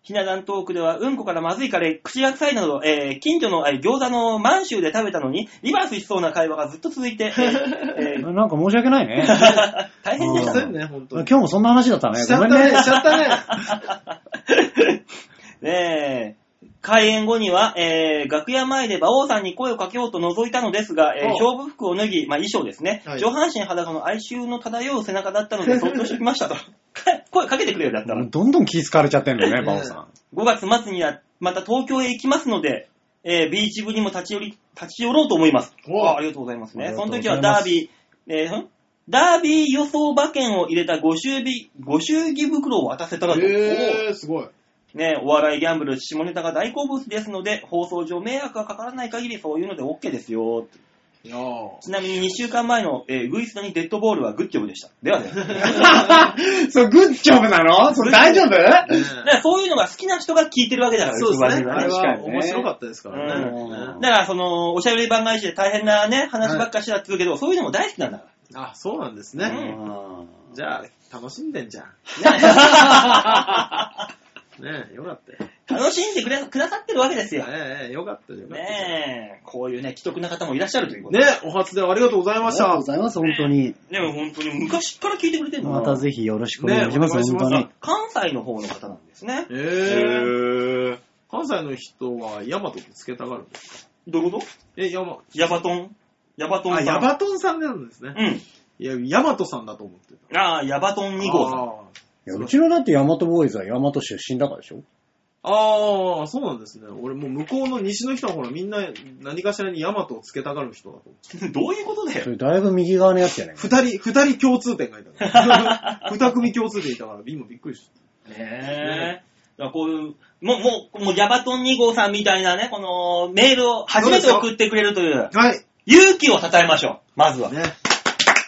B: ひな壇トークでは、うんこからまずいカレー、口が臭いなど、えー、近所のえー餃子の満州で食べたのに、リバースしそうな会話がずっと続いて、えーえー
A: なんか申し訳ないね。
B: 大変でした
C: し。たよね、本当
A: 今
C: に。
A: 日もそんな話だったね
C: し。ちゃ
A: ご
C: っ
A: めん
C: たね、
A: ね
C: し。ち ゃったね。
B: ねえ、開演後には、えー、楽屋前で馬王さんに声をかけようと覗いたのですが、えー
C: おう
B: 勝負服を脱ぎ、まあ衣装ですね、
C: はい
B: 上半身裸の哀愁の漂う背中だったの で、そっとしておきましたと。 声かけてくれよ、だったら。
A: どんどん気疲れちゃってんのね、馬王さん。
B: 5月末には、また東京へ行きますので、えー、ビーチ部にも立ち寄り、立ち寄ろうと思います。
C: おう
B: あありがとうございます
A: あ
B: ね。
A: りが
B: そ
A: とう
B: の
A: ござい
B: 時
A: ます
B: はダービー、えーんダービー予想馬券を入れたご祝儀、ご祝儀袋を渡せたらと。
C: えー、すごい。
B: ね、お笑いギャンブル、下ネタが大好物ですので、放送上迷惑がかからない限りそういうので OK ですよ。
C: いや ー
B: ちなみに2週間前の、えー、ウグイスのにデッドボールはグッジョブでした。では ね。
A: そう、グッジョブなのそれ大丈夫
B: だからそういうのが好きな人が聞いてるわけだから、
C: そうです
B: ウグイス
C: ね。
B: は
C: あれ
A: 確か
C: は
A: にね
C: 面白かったですからね。
B: だから、その、おしゃべり番外しで大変なね、話ばっかしだってるけど、そういうのも大好きなんだから。
C: あ、そうなんです
B: う
C: ね。
A: うん
C: じゃあ、楽しんでんじゃん。ねえ、よかったよ。
B: 楽しんでくれくださってるわけですよ。
C: ええ、よかったよかった。
B: ねえ、こういうね、既得な方もいらっしゃるということ
C: ね
B: で。
C: お初でありがとうございました。
A: ございます、本当に。
B: でも本当に昔から聞いてくれてるの
A: またぜひよろしくお
C: ね
A: 願いします、
C: お願いし
A: 本
C: ます
A: 当に。
B: 関西の方の方なんですね。
C: ええ。関西の人はヤマトってつけたがるんですか
B: どういうこと
C: え、ヤマ、
B: ヤバトンヤバトンさ
C: あ、
B: ん。
C: ヤバトンさんなんですね。
B: う
C: いや、ヤマトさんだと思って
B: ん。ああ、ヤバトン
C: た。
B: 2号さん。
A: いや、うちのだってヤマトボーイズはヤマト出身だからでしょ
C: あーあー、そうなんですね。俺もう向こうの西の人はほらみんな何かしらにヤマトをつけたがる人だと思って。
B: どういうことだ
A: そ
B: よ。
A: れだいぶ右側のやつじゃない
C: 二人、二人共通点がいたから。 二組共通点いたから、今びっくりし
B: ねえ。だからこういう、もう、もう、もう、ヤバトン2号さんみたいなね、この、メールを初めて送ってくれるという、
C: た。はい。
B: 勇気を称えましょう。まずは。
C: ね。
A: 素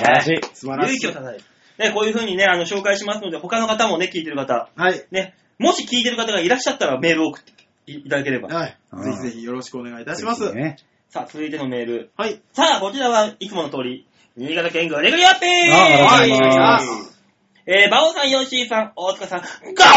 A: 晴らしい。
C: 素晴らしい
B: 勇気を称える。ね、こういう風にね、あの、紹介しますので、他の方もね、聞いてる方、
C: はい。
B: ね、もし聞いてる方がいらっしゃったらメールを送っていただければ。
C: はい。ぜひぜひよろしくお願いいたします。
A: ね。
B: さあ、続いてのメール。
C: はい。
B: さあ、こちらはいつもの通り、新潟県グレグリアッピー
A: あありがとうございます
B: えー、バオさん、ヨッシーさん、大塚さん、ご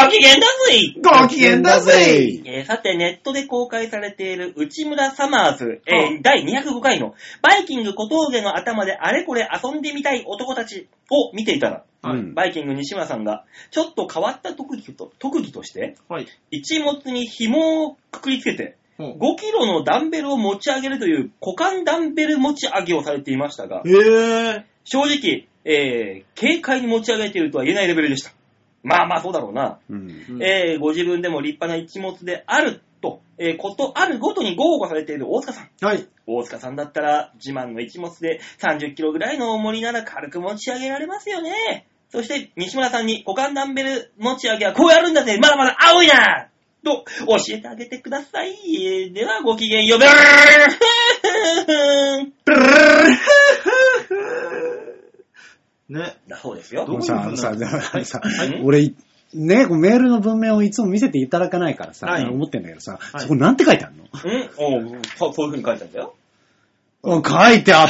B: 機嫌だぜい
C: ご機嫌だぜ
B: えーさて、ネットで公開されている内村サマーズ、えー
C: は
B: 第205回のバイキング小峠の頭であれこれ遊んでみたい男たちを見ていたら、
A: う
C: はい。
A: ん。
B: バイキング西村さんが、ちょっと変わった特技と特技として、
C: はい。
B: 一物に紐をくくりつけて、
C: ほう
B: 5キロのダンベルを持ち上げるという股間ダンベル持ち上げをされていましたが、
C: へえ。
B: 正直、えー軽快に持ち上げているとは言えないレベルでした。まあまあそうだろうな。
A: うん。
C: うん
B: えーご自分でも立派な一物であると、えーことあるごとに豪語されている大塚さん。
C: はい。
B: 大塚さんだったら、自慢の一物で30キロぐらいの重りなら軽く持ち上げられますよね。そして、西村さんに股間ダンベル持ち上げはこうやるんだぜまだまだ青いなと、教えてあげてください。えーでは、ごきげんよう。ブルーン
C: ね。
B: だそうですよ。
C: どこに
A: さ
C: 行くんだ
A: さささ
B: はい
A: 俺、ね、こうメールの文面をいつも見せていただかないからさ、
C: はい
A: 思ってんだけどさ、
C: い
A: そこなんて書いてあるの、
B: うんおうそうそういう風に書いてあるんだよ。
A: うん書いてあっ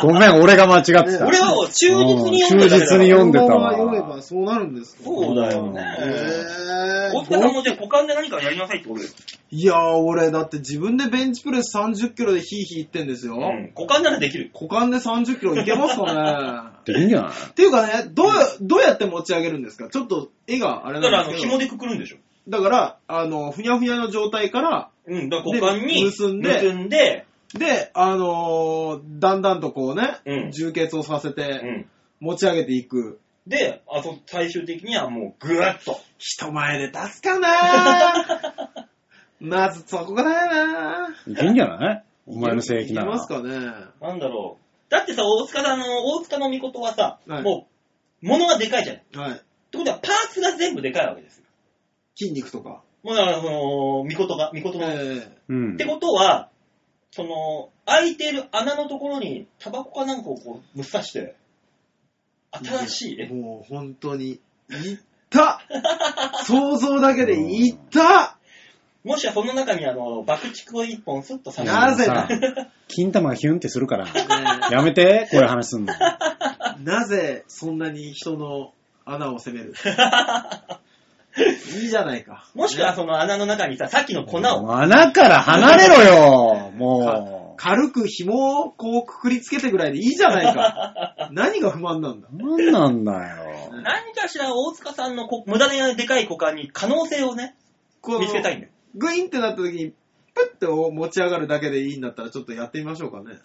A: わ。ごめん、俺が間違ってた。
B: 俺はもう忠実に読んで
A: う
B: たけ
A: ん忠
B: ど
A: 実に読んでた
C: このまま読め
A: わ。
C: ば。そうなるんですか
B: そうだよ
C: へ
B: ね。
C: え。
B: 大塚さんもじゃあ股間で何かやりなさいってことです
C: いやー、俺、だって自分でベンチプレス30キロでヒーヒー言ってんですよ。
B: よ。うん。股間ならできる。
C: 股間で30キロいけますかね
A: いいんじゃない
C: っていうかね、どう、どうやって持ち上げるんですかちょっと絵があれ
B: だから
C: な
B: あ
C: ん
B: の、
C: ですけ
B: 紐
C: ど。
B: でくくるんでしょ。
C: だから、あの、ふにゃふにゃの状態から、
B: うん。だから股間に
C: で結んで
B: 結んで、
C: で、あのーだんだんとこうね、
B: うん
C: 充血をさせ
B: う
C: て、
B: ん。
C: 持ち上げていく。
B: で、あと最終的にはもうぐわっと。
C: 人前で立つかな まずそこからやない
A: けんじゃないお前の正義な
C: い
A: ら。
C: けますかね
B: なんだろう。だってさ、大塚さんの、大塚の御事はさ、
C: はい
B: もう、物がでかいじゃない。っ
C: はい。
B: てことは、パーツが全部でかいわけですよ。
C: 筋肉とか。
B: もうだから、その、御事が、御事の。っ
C: え
A: うん
B: て。ことは、その、開いてる穴のところに、タバコかなんかをこう、ぶっ刺して、
C: え
B: 新しい、
C: もう本当に、いった想像だけでいった
B: もしはその中にあの、爆竹を一本スッと刺して、
C: なぜだ
A: さ金玉がヒュンってするから、
C: ね
A: やめて、こういう話すんの。
C: えなぜそんなに人の穴 を責めるいいじゃないか。
B: もしくはその穴の中にさ、さっきの粉を、
A: 穴から離れろ よ、も
C: 軽く紐をこうくくりつけてぐらいでいいじゃない か。何が不満なんだ
A: う。なんなんだよ。
B: 何かしら大塚さんのこ無駄にでかい股間に可能性をね、
C: こう
B: 見つけたいんだよ。
C: グインってなった時に、プッて持ち上がるだけでいいんだったらちょっとやってみましょうかね。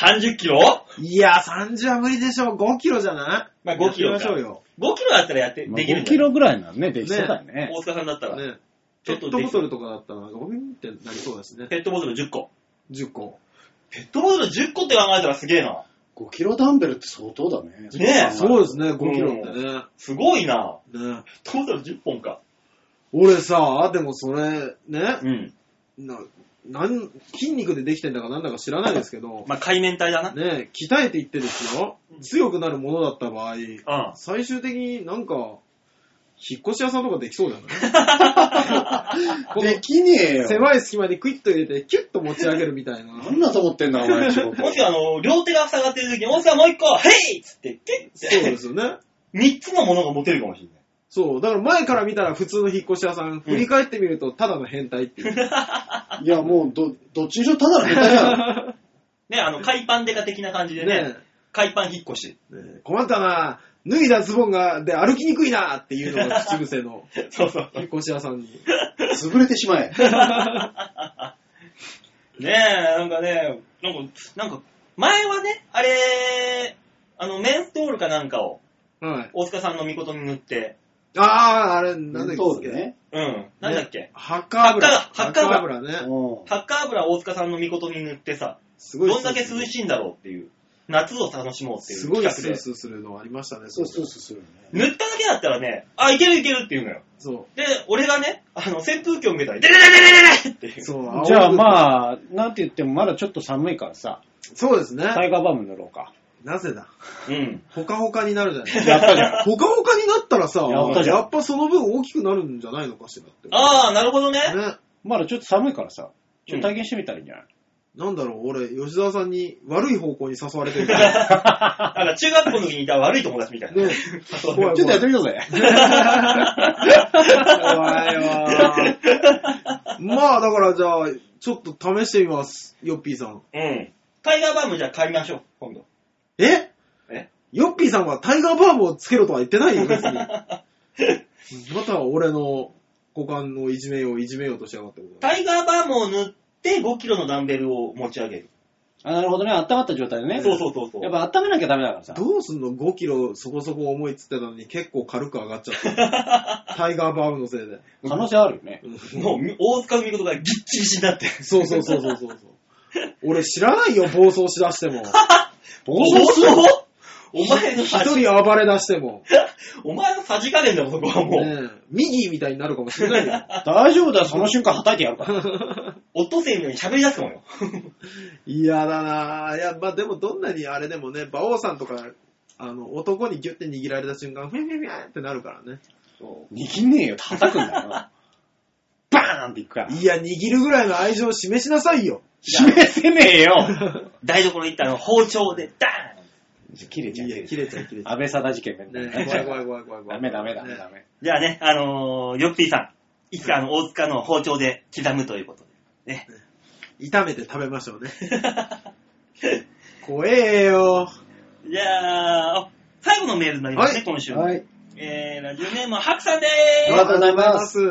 B: 30キロ
C: いや、30は無理でしょう。5キロじゃない
B: まあ5キロ
C: やっ
B: か
C: てみましょうよ。
B: ?5 キロだったらやって、
A: まあ
B: できる
A: 5
B: んだ
A: キ
B: よ。
A: ロぐらいならね、できそうだよね。
B: 大塚さんだったら、
C: ね、
B: ち
C: ペ
B: ょっと
C: ッ
B: で
C: ト
B: き
C: ボトルとかだったら、ゴミってなりそうだしね。
B: ペットボトル10個。
C: 10個。
B: ペットボトル10個って考えたらすげえな。
E: 5キロダンベルって相当だね。
B: ねえ
C: そうですね、5キロってね。
B: すごいな。
C: ね
B: ペットボトル10本か。
C: 俺さ、でもそれ、ね、
B: うん。
C: な、なん、筋肉でできてんだかなんだか知らないですけど、
B: まあ、海面体だな。
C: ね、鍛えていってですよ
B: う、ん
C: 強くなるものだった場合、
B: うん。
C: 最終的になんか、引っ越し屋さんとかできそうじゃない この
E: できねえよ。
C: 狭い隙間にクイッと入れて、キュッと持ち上げるみたいな。
E: なんだと思ってんだ、お前。そう
B: もしくはあの、両手が塞がってる時に、大塚もう1個、ヘイっつって、キュ
C: そう
B: ッ
C: で
B: て、
C: すよね。
B: 3つのものが持てるかもしれない。
C: そう。だから前から見たら普通の引っ越し屋さん、振り返ってみるとただの変態っ ていう。
E: いや、もう、ど、どっちにしろただの下手や ろ。
B: ね、あの、海パンデカ的な感じでね、
C: ね
B: 海パン引っ越し。
C: ね困ったな脱いだズボンが、で歩きにくいなっていうのが口 癖の、
B: そうそうそう。
C: コシアさんに。
E: 潰れてしまえ。
B: ねえ、なんかね、なんか、なんか、前はね、あれ、あの、メンストールかなんかを、
C: はい。
B: 大塚さんの見事に塗って、
C: ああ、あれ、なんだっ
E: そう
C: け。
E: だね。
B: うん、なんだっけ、
C: ハッカー油。
B: ハッカ油
C: ハッカ油ね。
E: うん
B: ハッカー油大塚さんの見事に塗ってさ、
C: すごい。
B: どんだけ涼しいんだろうっていう、夏を楽しもうっていう
C: すごい
B: 企
C: ス
B: 画
C: ー
B: で。
C: スーするのありましたね。
E: そうそうそうそう。
B: 塗っただけだったらね、あ、いけるいけるって言うのよ。
C: そ。
B: で、俺がね、あの、扇風機を向けたら、でれれれれれれっていうう。
C: そう。
E: じゃあ
C: あ。
E: まあ、なんて言ってもまだちょっと寒いからさ、
C: そうですね。
E: タイガーバーム塗ろうか。
C: なぜだ
B: うん。
C: ほかほかになるじゃない
E: やったじゃん。
C: ほかほかになったらさ、
E: やったじゃん
C: やっぱその分大きくなるんじゃないのかしらって。
B: ああ、なるほどね。
C: ね。
E: まだちょっと寒いからさ、ちょっと体験してみたらいいんじゃない、
C: なんだろう、俺、吉沢さんに悪い方向に誘われてるから。
B: なんか中学校の時にいた悪い友達みたいな。
C: ね
B: そう
C: 怖い
E: ちょっとやってみようぜ。
C: 怖いわー。 まあ、だからじゃあ、ちょっと試してみます、ヨッピーさん。
B: うん。タイガーバームじゃあ買いましょう、今度。
C: え
B: え
C: ヨッピーさんはタイガーバームをつけろとは言っ てないよ、別に。また俺の股間をいじめよう、いじめようとしやがってこと。
B: タイガーバームを塗って5キロのダンベルを持ち上げる。
E: あ、なるほどね。温まった状態でね。
B: そうそうそうそう。
E: やっぱ温めなきゃダメだからさ。
C: どうすんの ?5 キロそこそこ重いっつってたのに結構軽く上がっちゃっ た。タイガーバームのせいで。
E: 可能性あるよね。
B: もう、大塚の見事がぎっちりしになって。
C: そうそうそうそうそう そう。俺知らないよ、暴走しだしても。
E: 暴走する
B: 暴走お前の
C: 一
B: さじ、
C: 人暴れ出して も。
B: お前のさじ加減だもん、そこはもう。
C: ねえ、ミギーみたいになるかもしれないよ。
E: 大丈夫だよ、その瞬間叩いてやるから。
B: オットセイみたいに喋り出すかもよ。
C: 嫌だなぁ。いや、まあでもどんなにあれでもね、馬王さんとか、あの、男にギュッて握られた瞬間、ふィふィふィってなるからね。
E: 握んねえよ、叩くん だよな。バーンっていくから。
C: いや、握るぐらいの愛情を示しなさ いよ。
E: 示せねえよ
B: 台所行ったの包丁で、ダーン
E: 切れ
C: い
E: ちゃう。
C: や、切れちゃう、切れちゃ
E: 安倍貞事件み
C: う。
E: たい
C: ね
E: な
C: え、
E: ね
C: 怖い怖い怖い怖い怖
E: ダ
C: い。
E: メダメダメ
C: ね
E: ダメ。
B: じゃあね、あのー、ヨッピーさん、いつかあの、大塚の包丁で刻むという ことで。ね。
C: 炒めて食べましょうね。怖えよ。
B: じゃあ、最後のメールになりますね、
C: はい
B: 今週。
E: はい。
B: えー、ラジオネームはハクさんで
E: あり
B: ー
E: が
B: す。
E: とうございます。
C: す。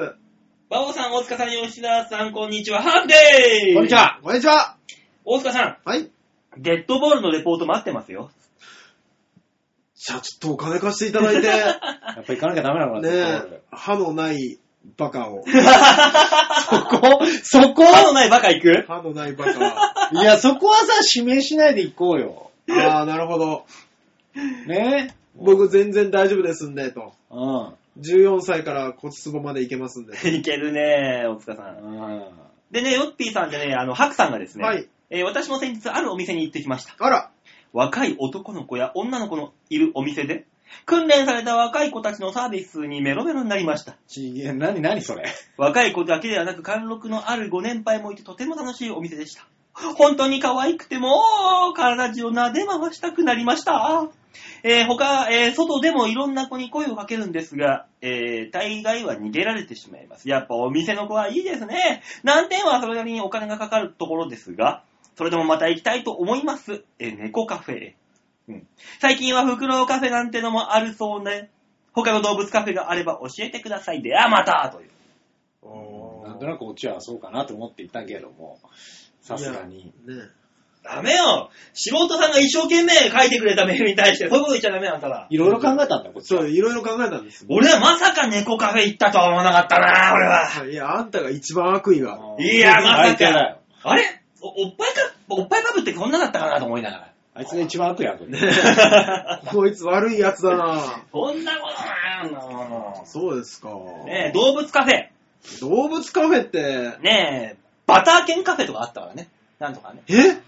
B: バオさん、大塚さん、吉田さん、こんにちは。ハクでーす。
E: こんにち。は。
C: こんにちは。
B: 大塚さ
C: はい。
B: ん、デッドボールのレポート待ってますよ。
C: じゃあちょっとお金貸していた だいて、
E: やっぱ行かなきゃダメなのか
C: ね
E: な
C: え、歯のないバカ を。
E: そこそこ
B: 歯のないバカ行く
C: 歯のないバカ。
E: いや、そこはさ、指名しないで行こうよ。
C: ああ、なるほど。
E: ね
C: 僕全然大丈夫ですんで、と。
E: うん。
C: 14歳から骨壺までいけますんで。
B: いけるねー、大塚さん。
E: うん。
B: でね、ヨッピーさんでね、あの、ハクさんがですね、
C: はい
B: えー私も先日あるお店に行ってきました。
C: あら、
B: 若い男の子や女の子のいるお店で、訓練された若い子たちのサービスにメロメロになりました。
E: ちげえ、なになにそれ。
B: 若い子だけではなく、貫禄のあるご年配もいてとても楽しいお店でした。本当に可愛くても、体中を撫で回したくなりました。えー他、えー外でもいろんな子に声をかけるんですが、えー大概は逃げられてしまいます。やっぱお店の子はいいですね。難点はそれなりにお金がかかるところですが、それでもまた行きたいと思います。えー猫カフェへ。うん最近は袋カフェなんてのもあるそうね。他の動物カフェがあれば教えてください。ではまたという。
E: なんとなくオチはそうかなと思っていたけども、さすがに。
C: ね
B: ダメよ素人さんが一生懸命書いてくれたメールに対して、そういうこと言っちゃダメよあんたら。
E: いろいろ考えたんだよ、こっち
C: そ
E: は。
C: う、いろいろ考えたんですよ。
B: 俺はまさか猫カフェ行ったとは思わなかったな、俺は。
C: いや、あんたが一番悪意が。
E: うん
B: いやまさか
E: 相手だよ
B: あれおおっぱいか、おっぱいかぶってこんなだったかなと思いながら。
E: あいつが一番悪役ね。
C: こいつ悪いやつだな
B: そんな ことないの
C: そうですか。
B: ねえ、動物カフェ。
C: 動物カフェって、
B: ねえ、バター犬カフェとかあったからね。なんとかね。
C: え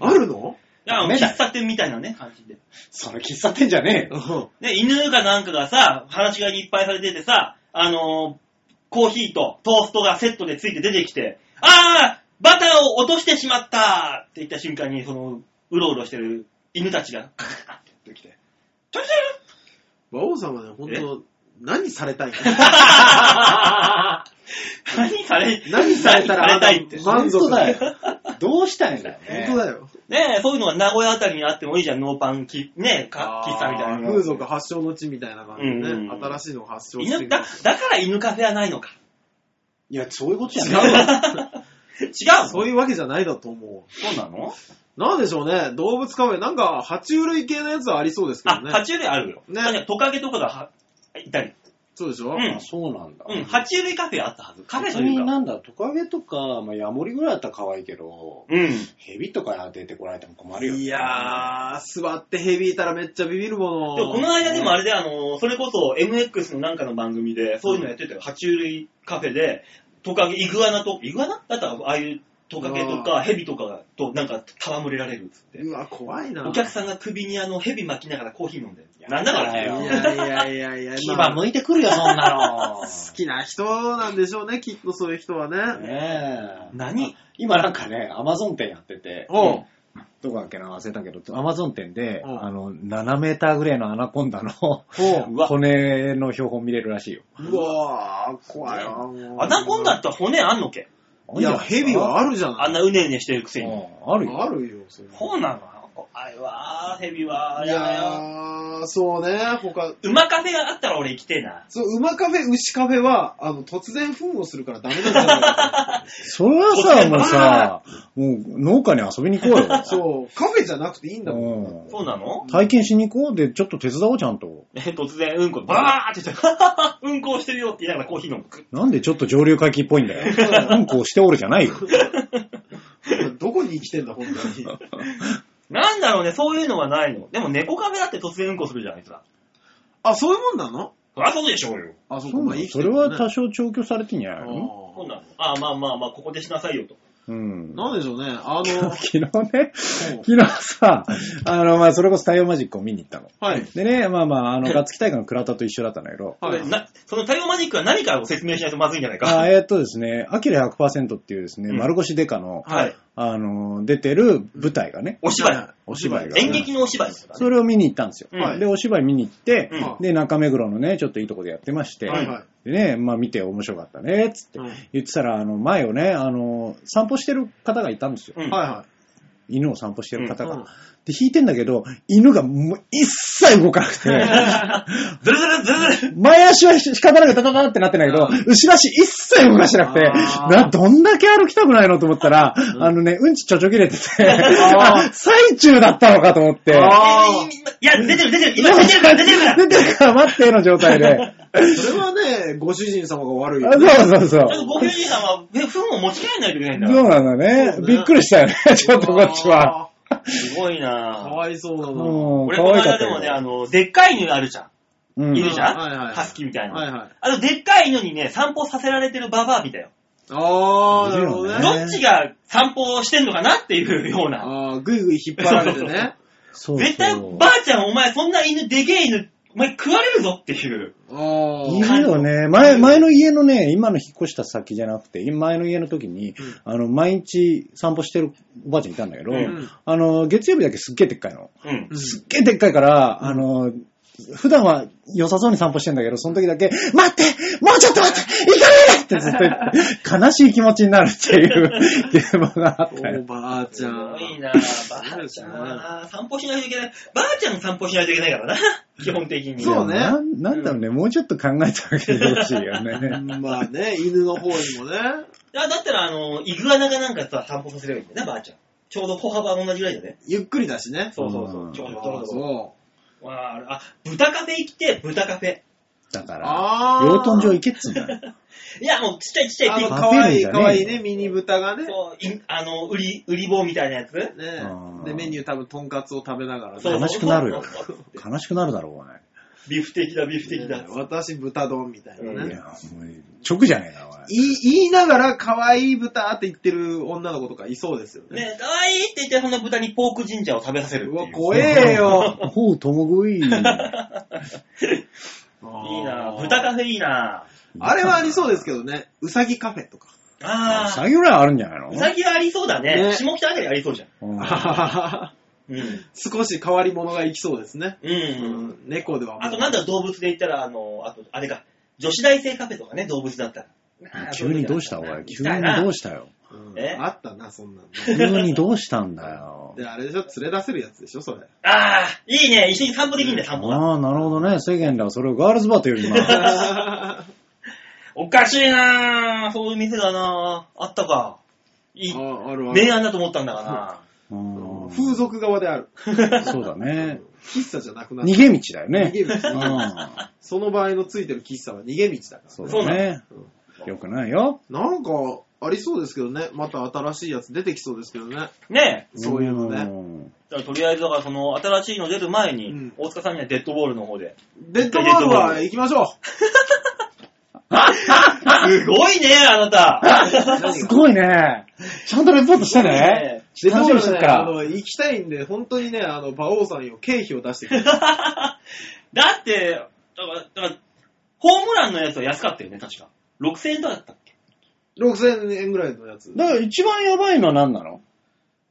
C: あるの
B: だから
E: ダメだよ
B: 喫茶店みたいなね、感じで。
E: それ喫茶店じゃねえよ。
C: うん
B: ね、犬かなんかがさ、話し飼いにいっぱいされててさ、あのーコーヒーとトーストがセットでついて出てきて、あーバターを落としてしまったって言った瞬間に、その、うろうろしてる犬たちが、カカカって言ってきて、ちょいち
C: 馬王さんはね、ほんと、何されたいの
B: ょい何され、
C: 何されたら
B: 何された
C: あんた
B: いって。
C: 満足
E: 本当だよ。
A: どうしたいんだよね。
C: 本当だよ。
B: ねえ、そういうのが名古屋あたりにあってもいいじゃん、ノーパンき、ねえ、か喫茶みたいなの。
C: 風俗発祥の地みたいな感じでね、
B: うんうん
C: 新しいのを発祥して
B: 犬
C: る
B: だだから犬カフェはないのか。
A: いや、そういうことじ
C: 違
A: ゃ
C: う
A: ない。
C: わ
B: 違うそ
C: そういうわけじゃないだと思
B: うなの
C: う。なんでしょうね、動物カフェ、なんか、爬虫類系のやつはありそうですけ
B: あ、
C: ど
B: 爬
C: ね。
B: 虫類あるよ。
C: ね
B: ね、トカゲとかがはいたり。
C: そうでしょ、
B: うん
A: あそうなんだ。
B: うん、爬虫類カフェあったはず。カフェと
A: 別
B: い
A: に
B: うか。
A: なんだ、トカゲとか、まあ、ヤモリぐらいだったら可愛いけど、
B: うん。
A: ヘビとか出てこられても困るよね。
C: いやー、座ってヘビいたらめっちゃビビるも
B: でも
C: の。
B: この間でもあれで、あの、それこそ MX のなんかの番組で、そういうのやってたよ。爬虫類カフェで、トカゲ、イグアナと、イグアナだったら、ああいうトカゲとか、ヘビとかがと、なんか、戯れられるっつって。
C: うわ、怖いな。
B: お客さんが首にあの、ヘビ巻きながらコーヒー飲んでる。なんだから
A: や
C: い
B: ね。
C: やいやいやいや、
A: 牙
C: まあ
A: 向いてくるよ、そんなの。
C: 好きな人なんでしょうね、きっとそういう人はね。
A: ねえ。
B: 何
A: 今なんかね、アマゾン店やってて、
C: おう
A: どこだっけな忘れたけど、アマゾン店で、
C: うん
A: あの、7メーターぐらいのアナコンダの
C: おう
B: うわ
A: 骨の標本見れるらしいよ。
C: うわー、怖いな。もう
B: アナコンダって骨あんのけ
C: いや、ヘビは
A: あ
C: あるじゃない。
B: あんなうねうねしてるくせ
A: る
B: に。
A: あるよ。
C: あるよ、それ。
B: そうなのあれは、ヘビは、
C: い
B: やだよ。
C: やー、そうね、他、
B: 馬カフェがあったら俺行きてえな。
C: そう、馬カフェ、牛カフェは、あの、突然糞をするからダメなんじゃないか
A: それはさ、もうさ、もう農家に遊びに行こうよ。
C: と そう、カフェじゃなくていいんだもん。
A: うん
B: そうなの
A: 体験しに行こうで、ちょっと手伝おう、ちゃんと。
B: え突然、うんこ、バーって言って、は ははうんこをしてるよって言いながらコーヒー飲む。
A: なんでちょっと上流階級っぽいんだよ。うんこをしておるじゃないよ。
C: どこに生きてんだ、本当に。
B: なんだろうね、そういうのはないの。でも猫カフェだって突然うんこするじゃん、あいつら。
C: あ、そういうもんなの
B: そりゃそうでしょうよ。
C: あ、そう
A: そ
C: か、
A: う
C: まあ
A: なの
C: 生き
A: そ
C: て
A: れ
C: るもんね
A: は多少調教されてんじゃないの
B: そう
C: あ
B: なの。ああ、まあまあまあ、ここでしなさいよと。
A: うん
C: ー。なんでしょうね、あ の、
A: 昨日ね、昨日さ、あの、まあ、それこそ太陽マジックを見に行ったの。
C: はい。
A: でね、まあまあ、あの、ガッツキ大会の倉田と一緒だったんだけど、
C: はい
B: これなその太陽マジックは何かを説明しないとまずいんじゃない
A: あ
B: か。
A: えーっとですね、アキラ100%っていうですね、
B: うん
A: 丸腰デカの、
B: はい。
A: あの、出てる舞台がね、
B: お芝
A: お芝居が、
B: 居。演劇のお芝居ですから
A: そ
B: ね。
A: れを見に行ったんですよ。
B: はい
A: で、お芝居見に行って、
B: うん
A: で、中目黒のね、ちょっといいとこでやってまして、
C: はいはい。
A: でね、まあ見て面白かったね、つって
C: うん
A: 言ってたら、あの、前をね、あの、散歩してる方がいたんですよ。
B: うん
C: はいは
A: 犬を散歩してる方が。
C: うん
A: で、弾いてんだけど、犬がもう一切動かなくて、
B: ずるずるずるずる。
A: 前足は仕方なくダダダダってなってんだけど、後ろ足一切動かしてなくて、
C: あー
A: な、どんだけ歩きたくないのと思ったら、あのね、うんちちょちょ切れてて、あ 最中だったのかと思って、
C: あー
B: いや、出てる出てる今出てるから出てるからち
A: 出てるから待っての状 態で、
C: い。それはね、ご主人様が悪いよ
A: あ
C: ね。
A: そうそ うそう
B: ょっ。とご主人さんは、え糞を持ち帰らないといけないんだか
A: そう
B: ら。
A: なんだね
C: そう。ね
A: びっくりしたよね。ちょっとこっちは。
C: あ
B: すごい
C: ー。か
B: なぁ。
C: わいそうだな。
A: うん、
B: 俺、
A: か
B: この
A: わいかっ
B: 間
A: た
B: で
A: よ
B: もね、あの、でっかい犬あるじゃん。
A: うん
B: いるじゃん、
C: はいはい
B: ハスキーみたいな。
C: はいはい
B: あの、でっかい犬にね、散歩させられてるババア見たよ。
C: あー、なるほど
A: えー
C: ね。
B: どっちが散歩をしてんのかなっていうような。
C: あー、ぐいぐい引っ張られてね。
A: そうそう
B: 絶対、ばあちゃん、お前、そんな犬、でけえ犬、お前食われるぞっていう。
C: あー。
A: いるよね。前、前の家のね、今の引っ越した先じゃなくて、前の家の時に、あの、毎日散歩してるおばあちゃんいたんだけど、
B: うん
A: あの、月曜日だけすっげえでっかいの。
B: うん。
A: すっげえでっかいから、あの、普段は良さそうに散歩してんだけど、その時だけ、待ってもうちょっと待って行かないでってずっと言って、悲しい気持ちになるっていう 現場があった
C: お
A: よ。
C: ばあち
B: す
C: ゃ
B: ごい
C: ん。
B: なばあちゃんはな散歩しないといけない。ばあちゃん散歩しないといけないからな。基本的に。
C: そうね
A: いやなんなんだろうね、もうちょっと考えてあげてほしいよね。
C: まあね、犬の方にもね。
B: だだったら、あの、イグアナがなんかさ、散歩させればいいんだよな、ばあちゃん。ちょうど歩幅同じぐらいだね。
C: ゆっくりだしね。
B: そうそうそうう。
A: ん
B: ちょうど
C: あーそ
B: わああ、豚カフェ行きて、豚カフェ。
A: だか
C: う。
A: ら、
C: あー。
A: 養豚場行けっつうんだよ。
B: いや、もうちっちゃいちっちゃい
C: あ
B: ピ
C: の、
B: ンク。
C: かわいいかわいいね、ミニ豚がね。
B: そういあの、売り、売り棒みたいなやつ
C: ね
A: うん
C: で、メニュー多分、とんかつを食べながら
B: そう
C: ね。
A: 悲しくなるよ
B: そうそうそ。
A: 悲しくなるだろ、お前。
B: ビフ的だ、ビフ的だ。
C: 私、豚丼みたいないね。
A: や、もう、直じゃねえな、お前。
C: 言い言いながら、可愛い豚って言ってる女の子とかいそうですよね。
B: ね、かわいいって言って、その豚にポークジンジャーを食べさせるっ
C: う
B: ていう。
C: わ、怖えよ。
A: ほう、ともぐい。
B: いいな
C: あー
B: 豚カフェいいな
C: あれはありそうですけどね。うさぎカフェ とか。
B: ああ、
A: 詐欺ぐらいあるんじゃないの
B: うさぎはありそうだね。
C: ね
B: 下北あたりありそうじゃん。
A: うん
B: うん。
C: 少し変わり者がいきそうですね。
B: うん
C: う。ん、猫ではもう
B: あと、なんだろう動物で言ったら、あの、あと、あれか、女子大生カフェとかね、動物だったら。
A: 急にどうしたお
B: お
A: い
B: 前
A: 急にどうしたよ。
C: うん
B: え
C: あったな、そんなの。
A: 急にどうしたんだよ。
C: で、あれでしょ、連れ出せるやつでしょ、そ れ。
B: ああ、いいね。一緒に散歩できるんだよ、散歩が。
A: ああ、なるほどね。世間ではそれをガールズバーと呼びます。
B: おかしいなぁ。そういう店だなぁ。あったか。いい。
C: ああるある
B: 名案だと思ったんだか
A: うん
C: 風俗側である。
A: そうだね。
C: 喫茶じゃなくなる。
A: 逃げ道だよ
C: 逃
A: ね。
C: げ道。
A: うん
C: その場合のついてる喫茶は逃げ道だから。
A: そうだね。よくないよ。
C: なんか、ありそうですけどね。また新しいやつ出てきそうですけどね。
B: な。ねえ。
C: そういうのね。
A: ね。
B: だからとりあえず、だからその、新しいの出る前に、
C: うん
B: 大塚さんにはデッドボールの方で。
C: デッドボールは行きましょう。
B: すごいね、あなた。
A: すごいね。ちゃんとレポートしてね。
C: デッド
A: 楽
C: ボ
A: し
C: ール
A: みにして
C: ね、
A: る
C: あ
A: か
C: の、行きたいんで、本当にね、あの、馬王さんよ、経費を出してくれ。
B: だって、だから、だからホームランのやつは安かったよね、確か。6000円とかだったっけ
C: 6000円ぐらいのやつ。
A: ら。だから一番やばいのは何なの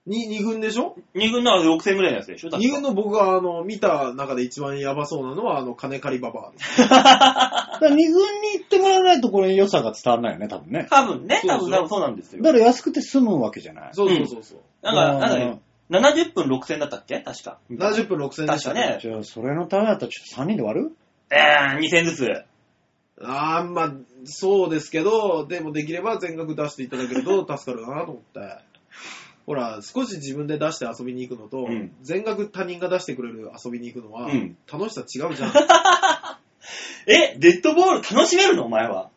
C: に二軍でしょ
B: ?2 軍のは6000円ぐらいのやつでしょ確か
C: 二軍の僕が、あの、見た中で一番やばそうなのは、あの、金借りババアです。
A: だから二軍に行ってもらわないとこれ良さが伝わらないよね、多分ね。
B: 多分ね、
C: そう
B: 多
C: そう
B: 分多分そうなんですよ。
A: だから安くて済むわけじゃない。
C: そうそうそうそう。
B: なんか、なんか
A: う
B: ね
A: ん、
B: 70分6000だったっけ確か。
C: 70分6000円でした
B: 確かね
A: じゃあ、それのためだったらちょっと3人で割る
B: えー、2000ずつ。
C: あー、まあ、そうですけど、でもできれば全額出していただけると 助かるかなと思って。ほら、少し自分で出して遊びに行くのと、
B: うん
C: 全額他人が出してくれる遊びに行くのは、
B: うん
C: 楽しさ違うじゃん。
B: え、デッドボール楽しめるのお前は。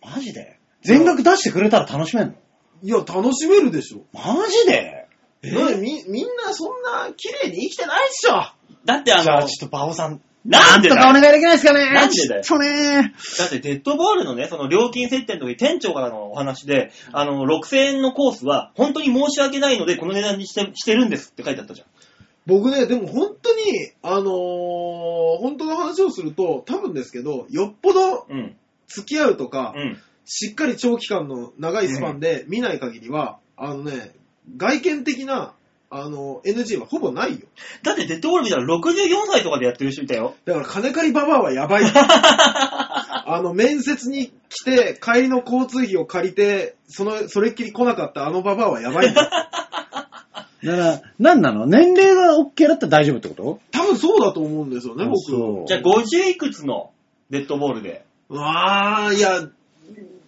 A: マジで全額出してくれたら楽しめんの
C: いや、楽しめるでしょ。
A: マジで
C: なみ、みんなそんな綺麗に生きてないっしょ。
B: だってあ
A: じゃ
B: の
A: あ、、ちょっとバオさん、
B: なんで
A: とかお
B: だよ
A: 願いできないですかね
B: なんでだよ
A: ちょっとね
B: だってデッドボールのね、その料金設定の時に店長からのお話で、あの、6000円のコースは本当に申し訳ないのでこの値段にしてしてるんですって書いてあったじゃん。
C: 僕ね、でも本当に、あのー本当の話をすると、多分ですけど、よっぽど
B: うん。
C: 付き合うとか、
B: うん。
C: しっかり長期間の長いスパンで見ない限りは、あのね、外見的な、あの、NG はほぼないよ。
B: だってデッドボール見たら64歳とかでやってる人いたよ。
C: だから金借りババアはやばい。あの、面接に来て、帰りの交通費を借りて、その、それっきり来なかったあのババアはやばいんだよ。
A: だから、なんなの年齢が OK だったら大丈夫ってこと
C: 多分そうだと思うんですよね、
A: あそう
C: 僕。
B: じゃあ50いくつのデッドボールで。
C: うわー、いや、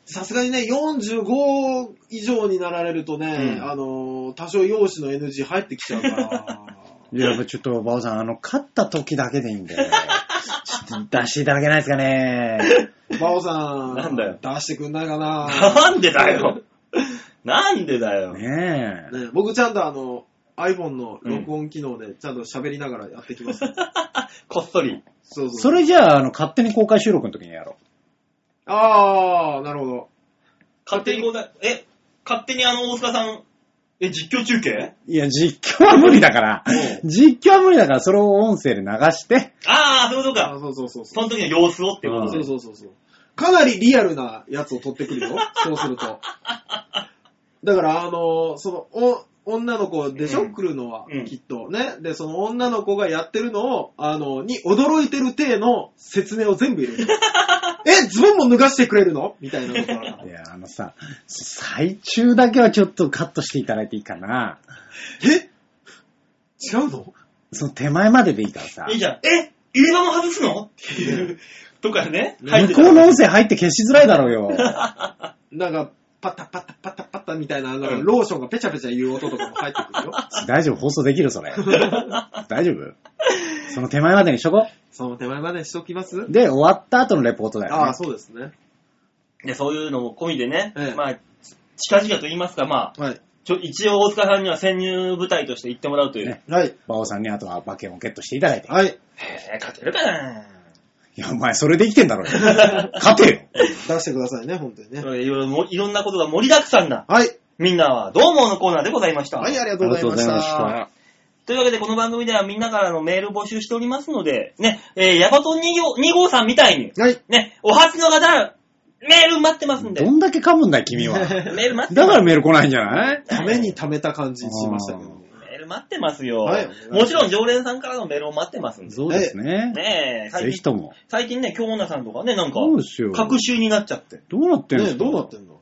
C: さすがにね、45以上になられるとね、
B: うん
C: あの、多少容姿の NG 入ってきちゃうから。
A: いや、ちょっと、バオさん、あの、勝った時だけでいいんで、ちょっと出していただけないです かね。
C: バオさん。
B: なんだよ
C: 出してくんない かな、
B: なんでだよ。なんでだよ。
A: ねえ。
C: ね、僕ちゃんとあの、iPhone の録音機能でちゃんと喋りながらやって きます。
B: こっそり。
C: そうそう。
A: それじゃあ、あの、勝手に公開収録の時にやろ
C: あー、なるほど。
B: 勝手にこうだ、え、勝手にあの、大塚さん、え、実況中継
A: う。いや、実況は無理だから。実況は無理だから、それを音声で流して、
B: ああ、そういうこと
C: あ
B: か。
C: そうそうそう
B: そ
C: そう。
B: の時の様子をってこと
C: そ
B: で
C: う。そうそうそう。かなりリアルなやつを取ってくる よ。そうすると。だから、あのーその、お、女の子でしょ、
B: うん
C: 来るのは
B: うん、
C: きっと。ね。で、その女の子がやってるのを、あの、に驚いてる体の説明を全部入れ る。え、ズボンも脱がしてくれるのみたいなところ
A: いや、あのさ、最中だけはちょっとカットしていただいていいかな。
C: え違うの
A: その手前まででいいからさ
B: いい。じゃん。え入れ歯も外すのっていう。とかね。入って
A: 向こ
B: た
A: うの音声入って消しづらいだろうよ。
C: なんか、パタパタパタパタみたいな、なんか
B: うん
C: ローションがペチャペチャ言う音とかも入ってくるよ。
A: 大丈夫放送できるそれ。大丈夫その手前までにしとこ
C: その手前までしときます
A: う。で、終わった後のレポートだよ、ね。
C: ああ、そうですね。
B: で、そういうのも込みでね
C: ええ。
B: まあ、近々と言いますか、まあ、
C: はい。
B: ちょ一応大塚さんには潜入部隊として行ってもらうという。
A: ね
C: はい。
A: 馬王さんにあとは馬券をゲットしていただいて。
C: はい。
B: へえ、勝てるかない
A: や、お前それで生きてんだろうよ。勝てよ。
C: 出してくださいね、本当にね。
B: そういろいろもいろんなことが盛りだくさんな、
C: はい。
B: みんなはどうものコーナーでございました。
C: はい、ありがとうございました。。
B: というわけで、この番組ではみんなからのメール募集しておりますので、ね、えー、ヤバトン 2, 号2号さんみたいに、
C: はい。
B: ね、お初の方、メール待ってますんで、
A: ど
B: メ
A: んだけ噛むんだよ、君は。
B: ール待って
A: だ
B: ま
A: か
B: す。
A: らメール来ないんじゃない
C: ために貯めた感じしましたけど。
B: メール待ってますよ。
C: はい
B: もちろん常連さんからのメールを待ってますんで。
A: そうですね。
B: ねえ、
A: ぜ
B: 最
A: ひ
B: 近
A: とも。
B: 最近ね、京女さんとかね、なんか、
A: そうですよ。
B: 隔週になっちゃって。
A: どうなってん
C: ね
A: すか
C: どうなってんの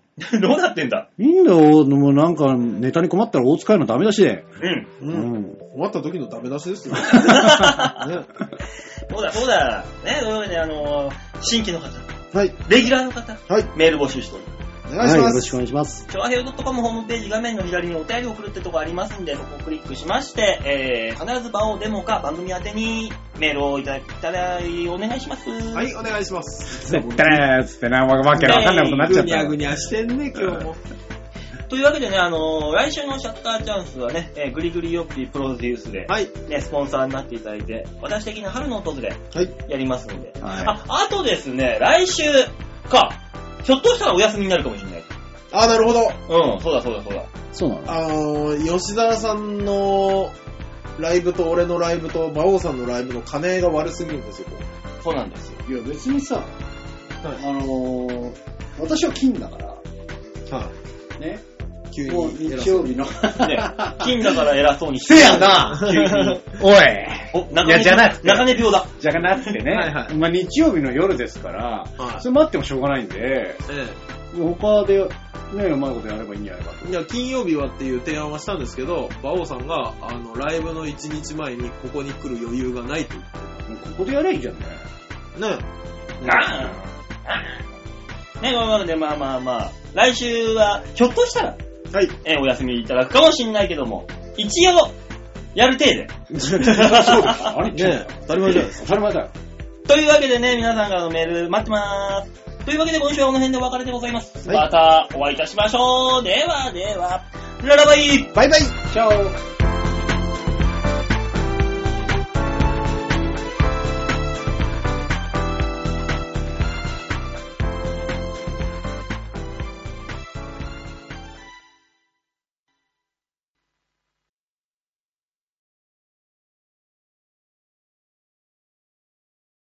B: どうなってんだ
A: いいんだよ、もうなんかネタに困ったら大使いのダメ出しで。
B: うん。
C: う。
A: うんん。
C: 困った時のダメ出しです よ。ね
B: そうだ、そうだ。ね、そういうね、あのー、新規の方、
C: はい。
B: レギュラーの方、
C: はい。
B: メール募集しております。
C: お
A: は
C: 願いし
A: い、よ
C: ま
A: ろしく
C: す。
A: お願いします。
B: チョアヘオ .com ホームページ画面の左にお便りを送るってとこありますんで、そこをクリックしまして、えー、必ず番をデモか番組宛てにメールをいただいたらお願いします。
C: は、
B: はい
C: お願いします。
A: 絶対っつってな、わわけのわかんないことになっち
C: ぐ
A: ゃっ
C: にゃ
A: た
C: ぐ。にゃしてんね、今日も。
B: というわけでね、あのー来週のシャッターチャンスはね、えーグリグリヨッピープロデュースで、
C: はい。
B: ね、スポンサーになっていただいて、私的に春の訪れ、
C: はい。
B: やりますので。
A: は
B: あ、あとですね、来週か、ひょっとしたらお休みになるかもしれない。
C: あ、なるほど。
B: うん、そうだそうだそうだ。
A: い。そうなの
C: あのー、吉沢さんのライブと俺のライブと馬王さんのライブの兼ね合いが悪すぎるんですよ。
B: そうなん です
E: い
B: よ。
E: や、別にさ、あのー、私は金だから、
C: は
E: ね、
C: い。急
E: もう
C: に偉
E: 日
C: そう
E: 曜
C: に。
E: 日の。
B: ね、金だから偉そうにして。
A: せやな
B: 急に
A: おい
B: お、中
A: いや
B: 根
A: じゃなくて
B: 中根病だ。
A: じゃがなくてね、
C: はいはい
A: まあ日曜日の夜ですから、
C: はい
A: それ待ってもしょうがないんで、
C: え
A: 他で、ね、うまいことやればいいんじゃないかと。
C: え。いや、金曜日はっていう提案はしたんですけど、馬王さんが、あの、ライブの1日前にここに来る余裕がないと言って
A: もうここでやればいいじゃんね。
C: ね
B: あーね、まあまあ、でまあまあまあ、来週は、ひょっとしたら、
C: はい。
B: えーお休みいただくかもしんないけども、一応、やる程度。
A: あれ
C: ね当たり前じゃないです
A: 当たり前だよ。
B: というわけでね、皆さんからのメール待ってまーす。というわけで今週はこの辺でお別れでございます。
C: はい
B: またお会いいたしましょう。ではでは、ララバイ
C: バイバイ
A: じゃあ、